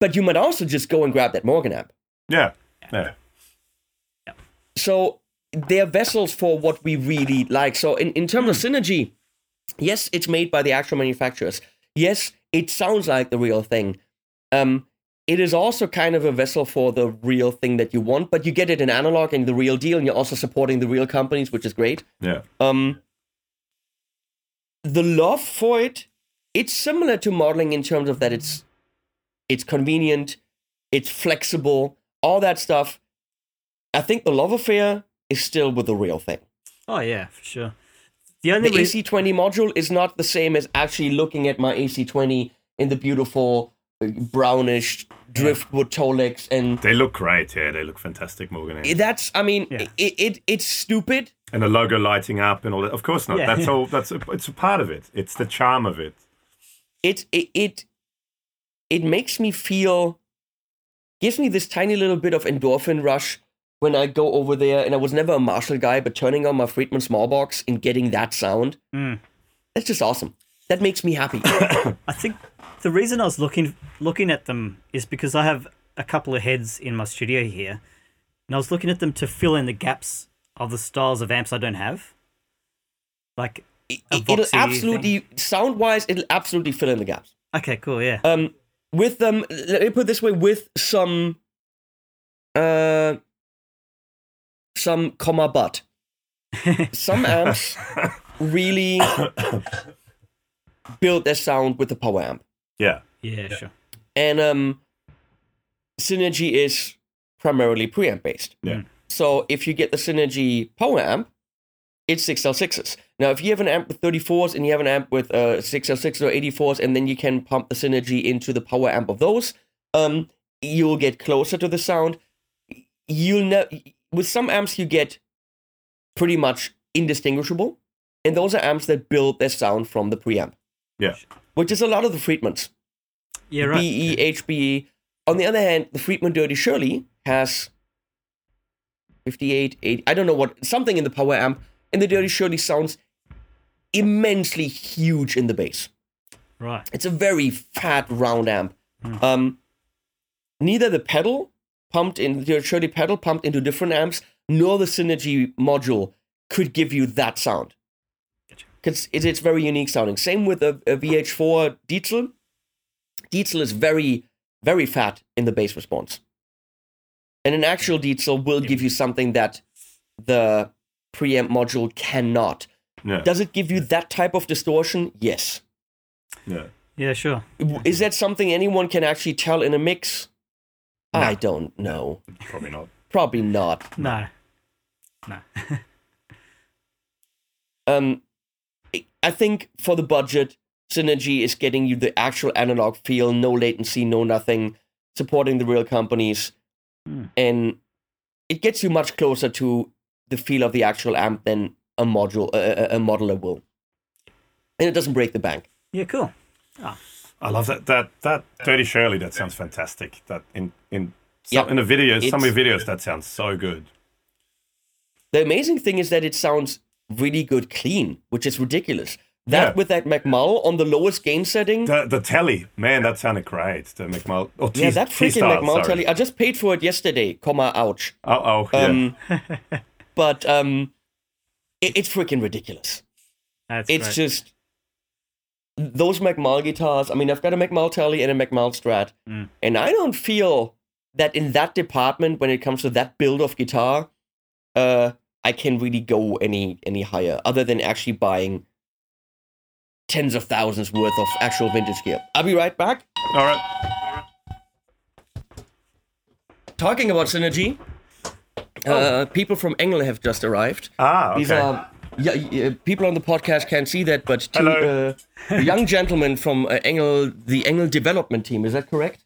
but you might also just go and grab that Morgan amp.
Yeah. Yeah.
So they're vessels for what we really like. So in, in terms of synergy, yes, it's made by the actual manufacturers. Yes, it sounds like the real thing. Um, it is also kind of a vessel for the real thing that you want, but you get it in analog and the real deal, and you're also supporting the real companies, which is great.
Yeah.
Um, the love for it, it's similar to modeling in terms of that it's it's convenient, it's flexible, all that stuff. I think the love affair is still with the real thing.
Oh yeah, for sure. The
The
only reason,
AC20 module is not the same as actually looking at my AC20 in the beautiful uh, brownish driftwood Tolex and
They look great. Yeah, they look fantastic, Morgan. Ann.
that's I mean
Yeah.
it, it it's stupid
and the logo lighting up and all that. Of course not.
Yeah.
That's all. That's a, it's a part of it. It's the charm of it.
it it it it makes me feel gives me this tiny little bit of endorphin rush when I go over there and I was never a Marshall guy, but turning on my Friedman small box and getting that sound.
Mm.
That's just awesome. That makes me happy.
I think the reason I was looking looking at them is because I have a couple of heads in my studio here, and I was looking at them to fill in the gaps of the styles of amps I don't have. Like,
It-
A
it'll
voxy
absolutely sound wise, it'll absolutely fill in the gaps.
okay, cool, yeah,
Um with them let me put it this way, with some uh some comma but. some amps really build their sound with the power amp.
Yeah.
yeah, sure,
And um, Synergy is primarily preamp based.
Yeah.
So if you get the Synergy power amp, it's 6L6s. Now, if you have an amp with 34s and you have an amp with uh, 6L6s or 84s, and then you can pump the Synergy into the power amp of those, um, you'll get closer to the sound. You'll know with some amps you get pretty much indistinguishable, and those are amps that build their sound from the preamp,
Yeah.
which is a lot of the Friedmans.
yeah, right,
BE, HBE. E. On the other hand, the Friedman Dirty Shirley has 58, 80, I don't know what, something in the power amp, and the Dirty Shirley sounds immensely huge in the bass.
right,
It's a very fat, round amp. Um, neither the pedal pumped in, the Shirley pedal pumped into different amps, nor the Synergy module could give you that sound.
Gotcha.
Because it's, it's very unique sounding. Same with a, a VH4 Dietzel. Dietzel is very, very fat in the bass response. And an actual Dietzel will give you something that the preamp module cannot.
Yeah.
Does it give you that type of distortion? Yes.
Yeah.
yeah, sure.
Is that something anyone can actually tell in a mix? I don't know.
Probably not.
Probably not.
No, no,
Um, I- I think for the budget, Synergy is getting you the actual analog feel, no latency, no nothing, supporting the real companies, and it gets you much closer to the feel of the actual amp than a module, a, a- a modeler will. And it doesn't break the bank.
yeah, cool.
I love that. That that Dirty Shirley. That sounds fantastic. That in in some,
Yeah.
in the videos, some
It's-
of the videos that sounds so good.
The amazing thing is that it sounds really good clean, which is ridiculous. That
Yeah.
with that McMull on the lowest gain setting.
The the telly, man, that sounded great. The McMull. Oh,
yeah, that freaking McMull telly. I just paid for it yesterday, comma, ouch.
Oh, oh, yeah.
Um, but um, it, it's freaking ridiculous.
That's
It's
great.
just those McMull guitars. I mean, I've got a McMull telly and a McMull Strat,
Mm.
and I don't feel that in that department, when it comes to that build of guitar, uh, I can really go any any higher, other than actually buying tens of thousands worth of actual vintage gear. I'll be right back.
all right.
Talking about synergy,
Oh.
uh, people from England have just arrived.
Ah,
These
okay.
are yeah, y- uh, people on the podcast can't see that, but two
Hello.
uh, young gentlemen from uh, Engel, the Engel development team, is that correct?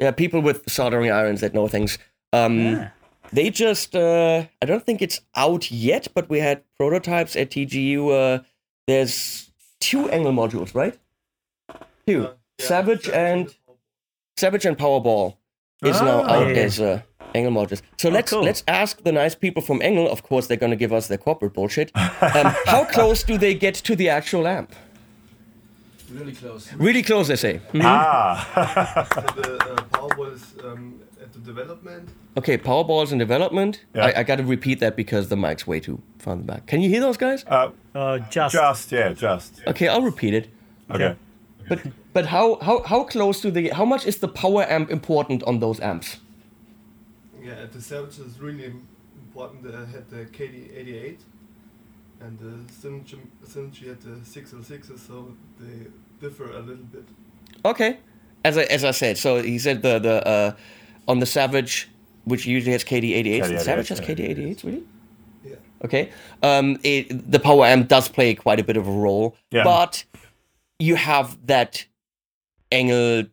Yeah, people with soldering irons that know things. Um, They just, uh, I don't think it's out yet, but we had prototypes at TGU. Uh, there's two Engel modules, right? Two. Uh, Savage and Savage and Powerball is now
Ah.
out as uh, Engel modules.
Oh,
So let's
cool.
let's ask the nice people from Engel. Of course, they're going to give us their corporate bullshit. Um, how close do they get to the actual amp?
Really close.
Really close, they say.
Hmm?
Mhm.
Ah.
the uh, Powerball is um, at the development.
Okay, Powerball's in development.
Yeah.
I, I got to repeat that because the mic's way too far in the back. Can you hear those guys?
uh,
Oh, just,
just, yeah, just.
okay, I'll repeat it.
Okay.
But but how, how how close to the how much is the power amp important on those amps?
Yeah, at the Savage is really important. They had the KD88 and the Synergy, Synergy at the 606s, so they differ a little bit.
Okay, as I as I said, so he said the the uh, on the Savage, which usually has KD88s. The
KD-88s,
Savage has
yeah.
KD88s, really.
Yeah.
Okay, um, it, the power amp does play quite a bit of a role,
Yeah.
but you have that angled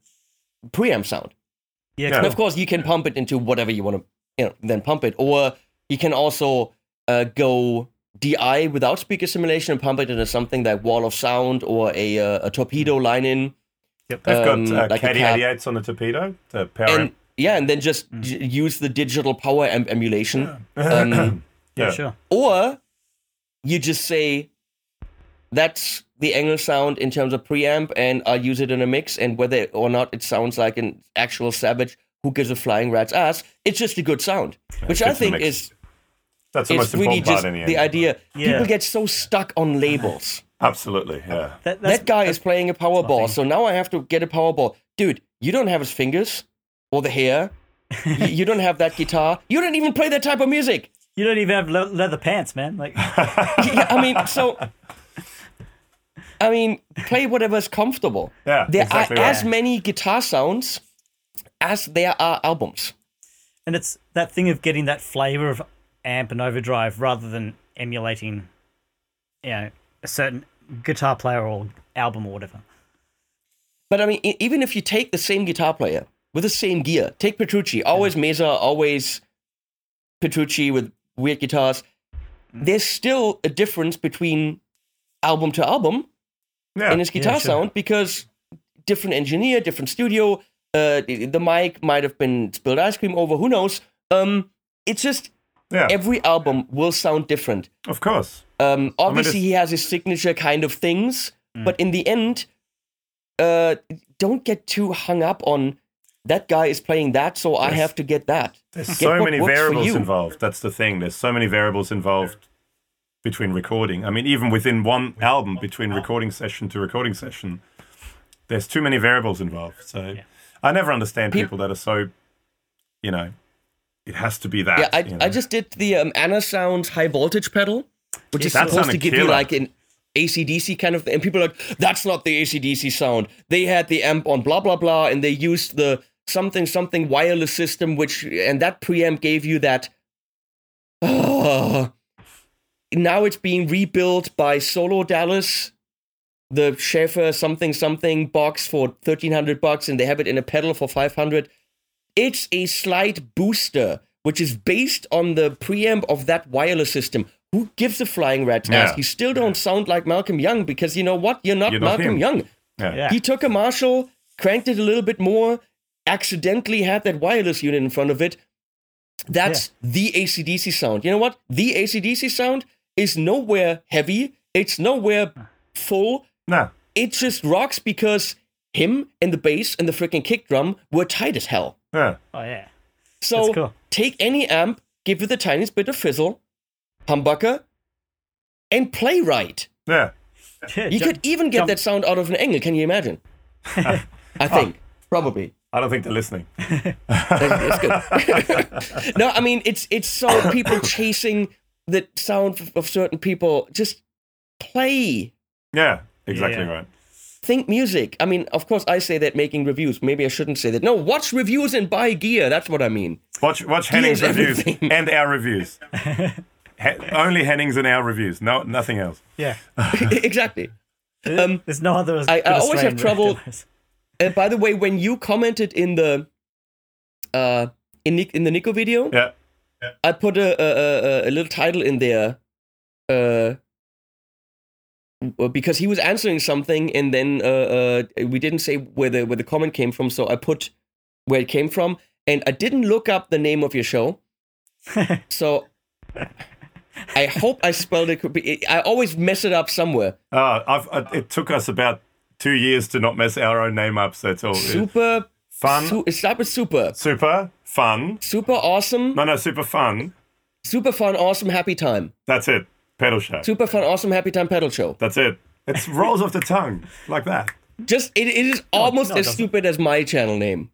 preamp sound.
yeah,
Yeah.
And
cool.
of course, you can pump it into whatever you want to, you know, then pump it. Or you can also uh, go DI without speaker simulation and pump it into something like wall of sound or a, uh, a torpedo line in.
They've got
Um,
uh,
like a cap.
KD88s on the torpedo, the power
And
amp.
yeah, and then just
Mm.
j- use the digital power amp emulation. Um,
yeah,
yeah.
sure.
or you just say, that's the angle sound in terms of preamp, and I'll use it in a mix. And whether or not it sounds like an actual savage who gives a flying rat's ass, it's just a good sound, which
good
I
to
think
mix.
is
That's the most
it's really
important
just
part in the end.
the idea.
Yeah.
People get so stuck on labels.
Absolutely, yeah.
That, that's,
that guy is playing a power ball,
nothing.
so now I have to get a power ball. Dude, you don't have his fingers or the hair. you, you don't have that guitar. You don't even play that type of music.
you don't even have le- leather pants, man. Like,
Yeah, I mean, so. I mean, play whatever's comfortable.
Yeah,
There
exactly
are
right.
as many guitar sounds as there are albums.
and it's that thing of getting that flavor of amp and overdrive rather than emulating, you know, a certain guitar player or album or whatever.
But I mean, e- even if you take the same guitar player with the same gear, take Petrucci, always Mesa, always Petrucci with weird guitars,
Mm.
there's still a difference between album to album
Yeah.
in his guitar
sure.
sound because different engineer, different studio, uh, the the mic might have been spilled ice cream over, who knows? Um, it's just
yeah.
every album will sound different.
of course.
Um, obviously,
it's- Mm.
he has his signature kind of things, but in the end, uh, don't get too hung up on that guy is playing that, so I have to get that.
There's
Get
so
what
many
works for
variables
you.
involved. That's the thing. There's so many variables involved between recording. I mean, even within one album, between recording session to recording session, there's too many variables involved. So I never understand people that are so, you know, it has to be that.
Yeah, I,
you
I
know.
just did the um, Anna Sounds high voltage pedal, which is
That
supposed to
sounded
give you
killer.
like an ACDC kind of thing. And people are like, that's not the ACDC sound. They had the amp on blah, blah, blah, and they used the something, something wireless system, which, and that preamp gave you that. now it's being rebuilt by Solo Dallas, the Schaefer something something box for 1300 bucks, and they have it in a pedal for 500. It's a slight booster, which is based on the preamp of that wireless system. Who gives a flying rat's
Yeah.
ass? You still don't sound like Malcolm Young because you know what? You're not
You're not
Malcolm
him.
Young.
Yeah.
He took a Marshall, cranked it a little bit more, accidentally had that wireless unit in front of it. That's the ACDC sound. You know what? The ACDC sound is nowhere heavy, it's nowhere full.
no.
It just rocks because him and the bass and the freaking kick drum were tight as hell.
Yeah.
Oh yeah,
So
That's cool.
take any amp, give it the tiniest bit of fizzle, humbucker, and play right.
Yeah.
yeah.
You
ju-
could even get
jump- Ah.
that sound out of an angle. Can you imagine? I think probably.
I don't think they're listening.
That's good. no, I mean it's it's so people chasing the sound of- of certain people. Just play,
Yeah. Exactly
Yeah.
right.
think music. I mean, of course, I say that making reviews. Maybe I shouldn't say that. No, watch reviews and buy gear. That's what I mean.
Watch watch Henning's
is
reviews
everything.
and our reviews. He- only Henning's and our reviews. No, nothing else.
yeah.
exactly. Um,
There's no other. as
I- I
good
always have
Australian
trouble-
recognize.
Uh, by the way, when you commented in the uh, in Nick, in the Nico video,
Yeah.
I put a a, a a little title in there, uh, w- because he was answering something, and then uh, uh, we didn't say where the where the comment came from, so I put where it came from, and I didn't look up the name of your show, so. I hope I spelled it. I always mess it up somewhere.
Uh, I've, uh, it took us about two years to not mess our own name up. So it's all
Super
fun,
Su- start with super.
super fun.
Super awesome.
No, no, super fun.
Super fun, awesome, happy time.
That's it. Pedal show.
Super fun, awesome, happy time pedal show.
That's it. It rolls off the tongue like that.
Just it, it is almost
no, it
as
doesn't.
stupid as my channel name.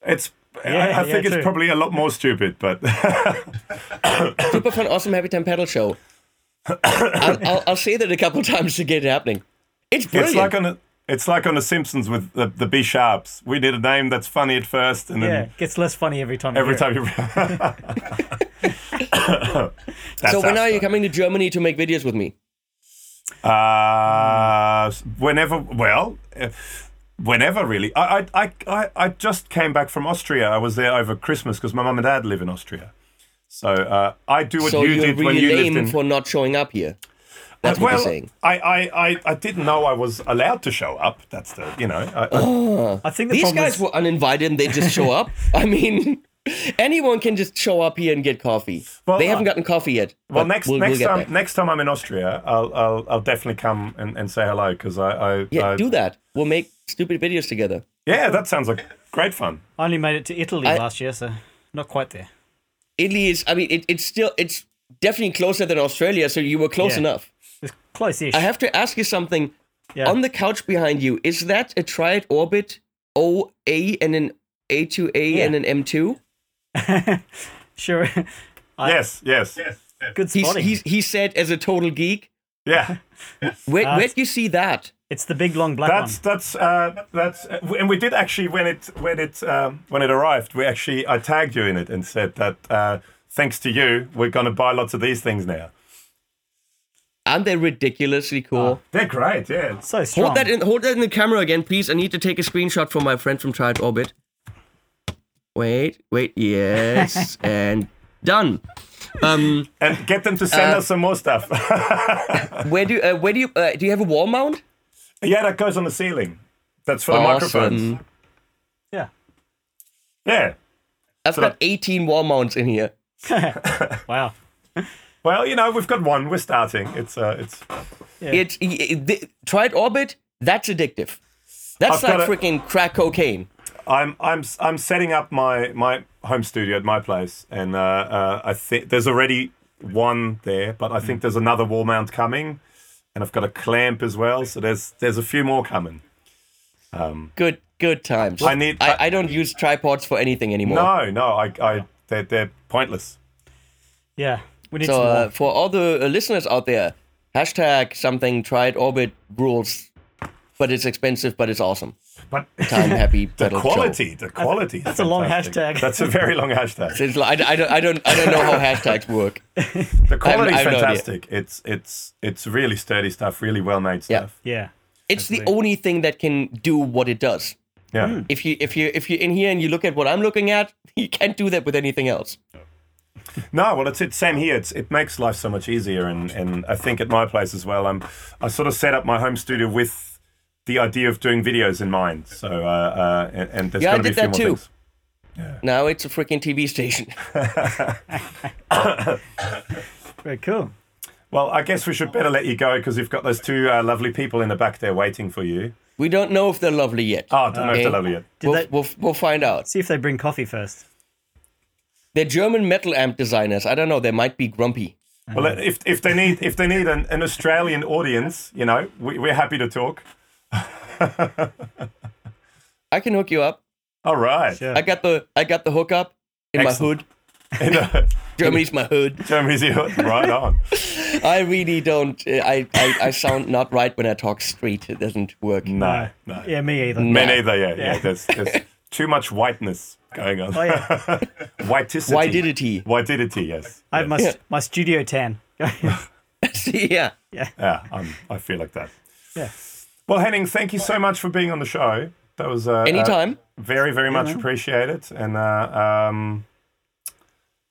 It's. I-
Yeah,
I,
yeah,
think
true.
it's probably a lot more stupid, but
Super fun, awesome, happy time pedal show. I'll, I'll, I'll say that a couple times to get it happening. It's brilliant.
it's like on a, it's like on the Simpsons with the, the B sharps. We did a name that's funny at first, and
Yeah,
then
it gets less funny every time. you
every
hear it.
time you. That's
so when
us,
are you
though.
coming to Germany to make videos with me?
Uh, whenever, well, uh, whenever really. I, I, I, I- I just came back from Austria. I was there over Christmas because my mum and dad live in Austria. So uh, I do what
so
you
are
did
really
when you lived
lame
in.
for not showing up here. That's what
well,
you're saying.
I, I, I, I didn't know I was allowed to show up. That's the, you know, I,
Oh,
I,
I think the
These
problem
guys
is,
were uninvited and they just show up. I mean, anyone can just show up here and get coffee.
Well,
they
uh,
haven't gotten coffee yet.
Well,
but
next
we'll,
next
we'll get
time
there.
next time I'm in Austria, I'll I'll, I'll definitely come and, and say hello because I, I
Yeah,
I-
do that. We'll make stupid videos together.
yeah that sounds like great fun.
I only made it to Italy
I-
last year, so not quite there.
Italy is. I mean, it, it's still. It's definitely closer than Australia. So you were close
Yeah.
enough.
It's close-ish.
I have to ask you something.
yeah.
On the couch behind you, is that a triad orbit O A and an A two A and an M two?
sure. I-
yes, yes, yes,
Good
He's,
spotting.
he's, he said as a total geek.
yeah.
Where
Ah.
where'd you see that?
it's the big long black
That's that's uh, that's uh, w- and we did actually when it when it um, when it arrived, we actually I tagged you in it and said that uh, thanks to you, we're gonna buy lots of these things now.
Aren't they ridiculously
uh,
cool?
They're great, yeah.
one. So strong.
hold that in hold that in the camera again, please. I need to take a screenshot from my friend from Triad Orbit. Wait, wait, yes, and done. Um,
And get them to send us some more stuff.
where do uh, where do you uh, do you have a wall mount?
yeah, that goes on the ceiling. That's for the microphones.
Awesome.
Yeah.
Yeah.
I've got 18 wall mounts in here.
Wow.
Well, you know, we've got one. We're starting. It's uh, it's
It's it, the- Triad Orbit. That's addictive. That's
I've
like
got a-
freaking crack cocaine.
I'm I'm I'm setting up my my home studio at my place, and uh, uh, I think there's already one there, but I
Mm.
think there's another wall mount coming, and I've got a clamp as well. So there's there's a few more coming.
Good good times.
I need-
I, I don't use tripods for anything anymore.
No, no, I I they're they're pointless.
Yeah. We need
So
some more.
uh, for all the uh, listeners out there, hashtag something tried orbit rules, but it's expensive, but it's awesome.
But
Time happy
the
pedal show.
quality, the quality. is
that's a long
fantastic.
hashtag.
That's a very long hashtag.
It's like, I, I don't I don't I don't know how hashtags work.
The quality is
I've no idea.
fantastic. It's it's it's really sturdy stuff. Really well made
Yeah.
stuff.
yeah.
It's the only thing that can do what it does.
Yeah.
Mm.
If you if you if you're in here and you look at what I'm looking at, you can't do that with anything else.
No, well, it's it's same here. It's, it makes life so much easier, and, and I think at my place as well. I'm I sort of set up my home studio with the idea of doing videos in mind. So uh, uh, and, and there's
Yeah, I
going to be a few
did that
more
too.
things.
Now it's a freaking TV station.
Very cool.
Well, I guess we should better let you go because you've got those two uh, lovely people in the back there waiting for you.
We don't know if they're lovely yet.
Oh, I don't know if
Okay.
they're lovely yet.
we'll,
that-
we'll we'll find out.
See if they bring coffee first.
They're German metal amp designers. I don't know. They might be grumpy.
Well,
Mm-hmm.
if if they need if they need an, an Australian audience, you know, we, we're happy to talk.
I can hook you up.
All right.
Sure.
I got the I got the hookup in
Excellent.
my hood. Germany's my hood.
Jeremy's here. Right on.
I really don't. uh, I, I I sound not right when I talk street. It doesn't work.
No, no.
Uh, Yeah, me either.
Me
Yeah.
neither, yeah. yeah.
Yeah.
there's, there's too much whiteness going on.
Oh, yeah.
Whiticity.
Why did it he?
Whitidity, yes.
I have my,
Yeah.
my studio tan. yeah.
yeah.
Yeah, I'm, I feel like that.
Yeah.
Well, Henning, thank you so much for being on the show. That was uh,
Anytime.
uh, very, very much appreciated. And uh, um,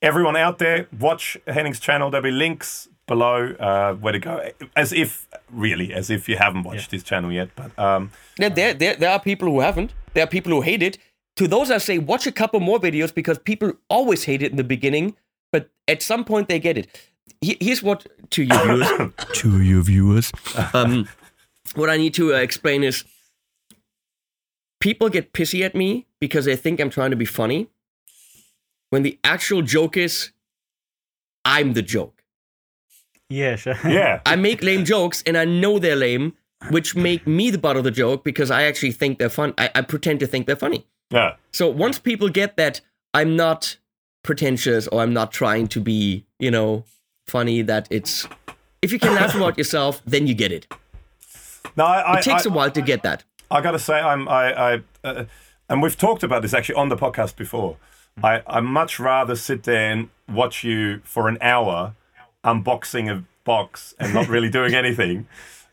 everyone out there, watch Henning's channel. There'll be links below uh, where to go. As if, really, as if you haven't watched his channel yet. But um,
There, there, there, there are people who haven't. There are people who hate it. To those I say, watch a couple more videos because people always hate it in the beginning, but at some point they get it. He- Here's what to your viewers, to your viewers. Um, what I need to uh, explain is people get pissy at me because they think I'm trying to be funny, when the actual joke is, I'm the joke.
Yeah, sure.
Yeah.
I make lame jokes and I know they're lame, which make me the butt of the joke because I actually think they're fun. I, I pretend to think they're funny.
Yeah.
So once people get that I'm not pretentious or I'm not trying to be, you know, funny, that it's if you can laugh about yourself, then you get it.
No, I, I,
It takes
I,
a while to get that.
I gotta say, I'm I, I uh, and we've talked about this actually on the podcast before.
Mm-hmm.
I I much rather sit there and watch you for an hour unboxing a box and not really doing anything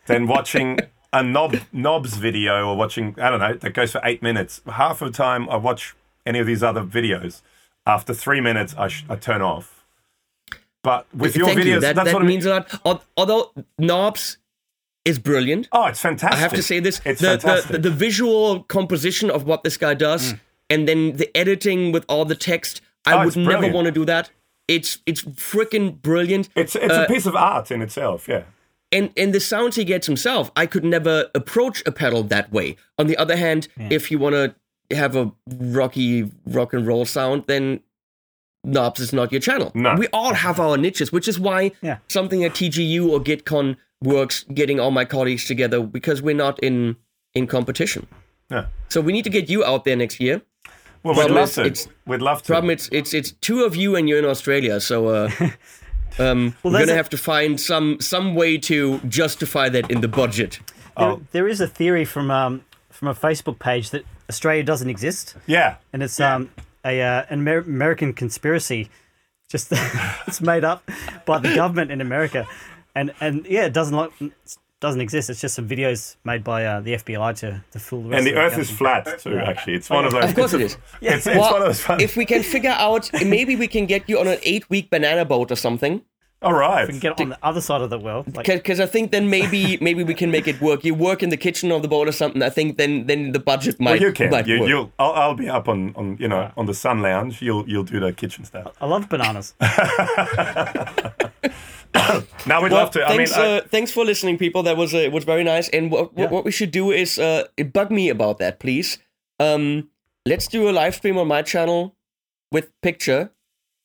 than watching a knob knobs video or watching I don't know that goes for eight minutes. Half of the time I watch any of these other videos. After three minutes, I, sh- I turn off. But with your
Thank
videos,
you. That,
that's
that
what I mean.
means a lot. Al- Although Knobs is brilliant.
Oh, it's fantastic.
I have to say this.
It's
the,
fantastic. Mm.
the, the visual composition of what this guy does and then the editing with all the text. I
Oh, it's
would never
brilliant.
want to do that. It's it's freaking brilliant.
it's it's
Uh,
a piece of art in itself. Yeah.
and and the sounds he gets himself, I could never approach a pedal that way. On the other hand, if you want to have a rocky rock and roll sound, then Knobs is not your channel.
No.
We all have our niches, which is why
Yeah.
something at TGU or GitCon works. Getting all my colleagues together because we're not in in competition.
Yeah.
So we need to get you out there next year.
Well, we'd
Problem
love
is,
to.
it's-
We'd love to.
Problem it's it's it's two of you and you're in Australia, so uh, um, we're
there's
gonna
a-
have to find some some way to justify that in the budget.
There,
Oh.
there is a theory from um, from a Facebook page that Australia doesn't exist,
yeah.
and it's um, a uh, an Amer- American conspiracy. Just it's made up by the government in America, and and yeah, it doesn't like doesn't exist. It's just some videos made by uh, the FBI to, to fool the rest
And the
of
Earth is
government.
flat too. Actually, it's one of those.
Of course it
it's
is.
a- It's, it's
Well,
one of those. Fun.
if we can figure out, maybe we can get you on an eight-week banana boat or something.
All right.
You can get on the other side of the world. Like,
Because I think then maybe maybe we can make it work. You work in the kitchen of the boat or something. I think then then the budget might
you can.
might
You,
work.
you'll. I'll, I'll be up on, on you know on the sun lounge. You'll you'll do the kitchen stuff.
I love bananas.
Now we'd
Well,
love to. I mean,
thanks,
I-
uh, thanks for listening, people. That was uh, it was very nice. And what what- what we should do is uh, bug me about that, please. Um, let's do a live stream on my channel with picture,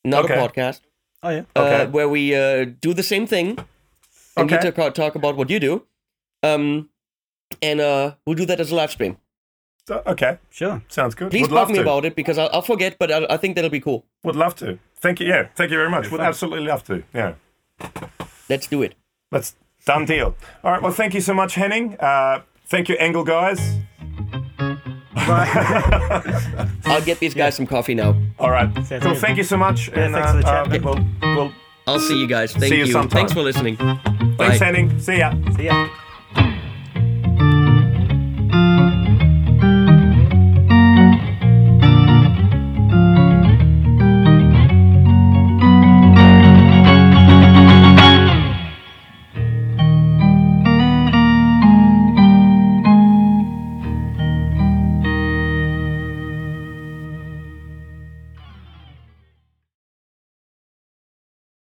not
Okay.
a podcast,
Oh yeah.
Okay.
uh, where we uh, do the same thing and
Okay.
you talk, talk about what you do. Um, and uh, we'll do that as a live stream.
so- okay,
Sure.
sounds good.
Please
would love
bug me
to.
about it because I'll, I'll forget, but I, I think that'll be cool.
Would love to. Thank you. Yeah. Thank you very much. Would absolutely love to. Yeah.
Let's do it.
That's done deal. All right. Well, thank you so much, Henning. Uh, thank you, Engel guys.
I'll get these guys some coffee now.
All right.
Sounds
cool.
good.
Thank you so much. and,
thanks for the
uh,
chat.
uh, we'll, we'll,
I'll see you guys. Thank
you sometime.
Thanks for listening.
thanks,
Bye.
Henning. See ya.
See ya.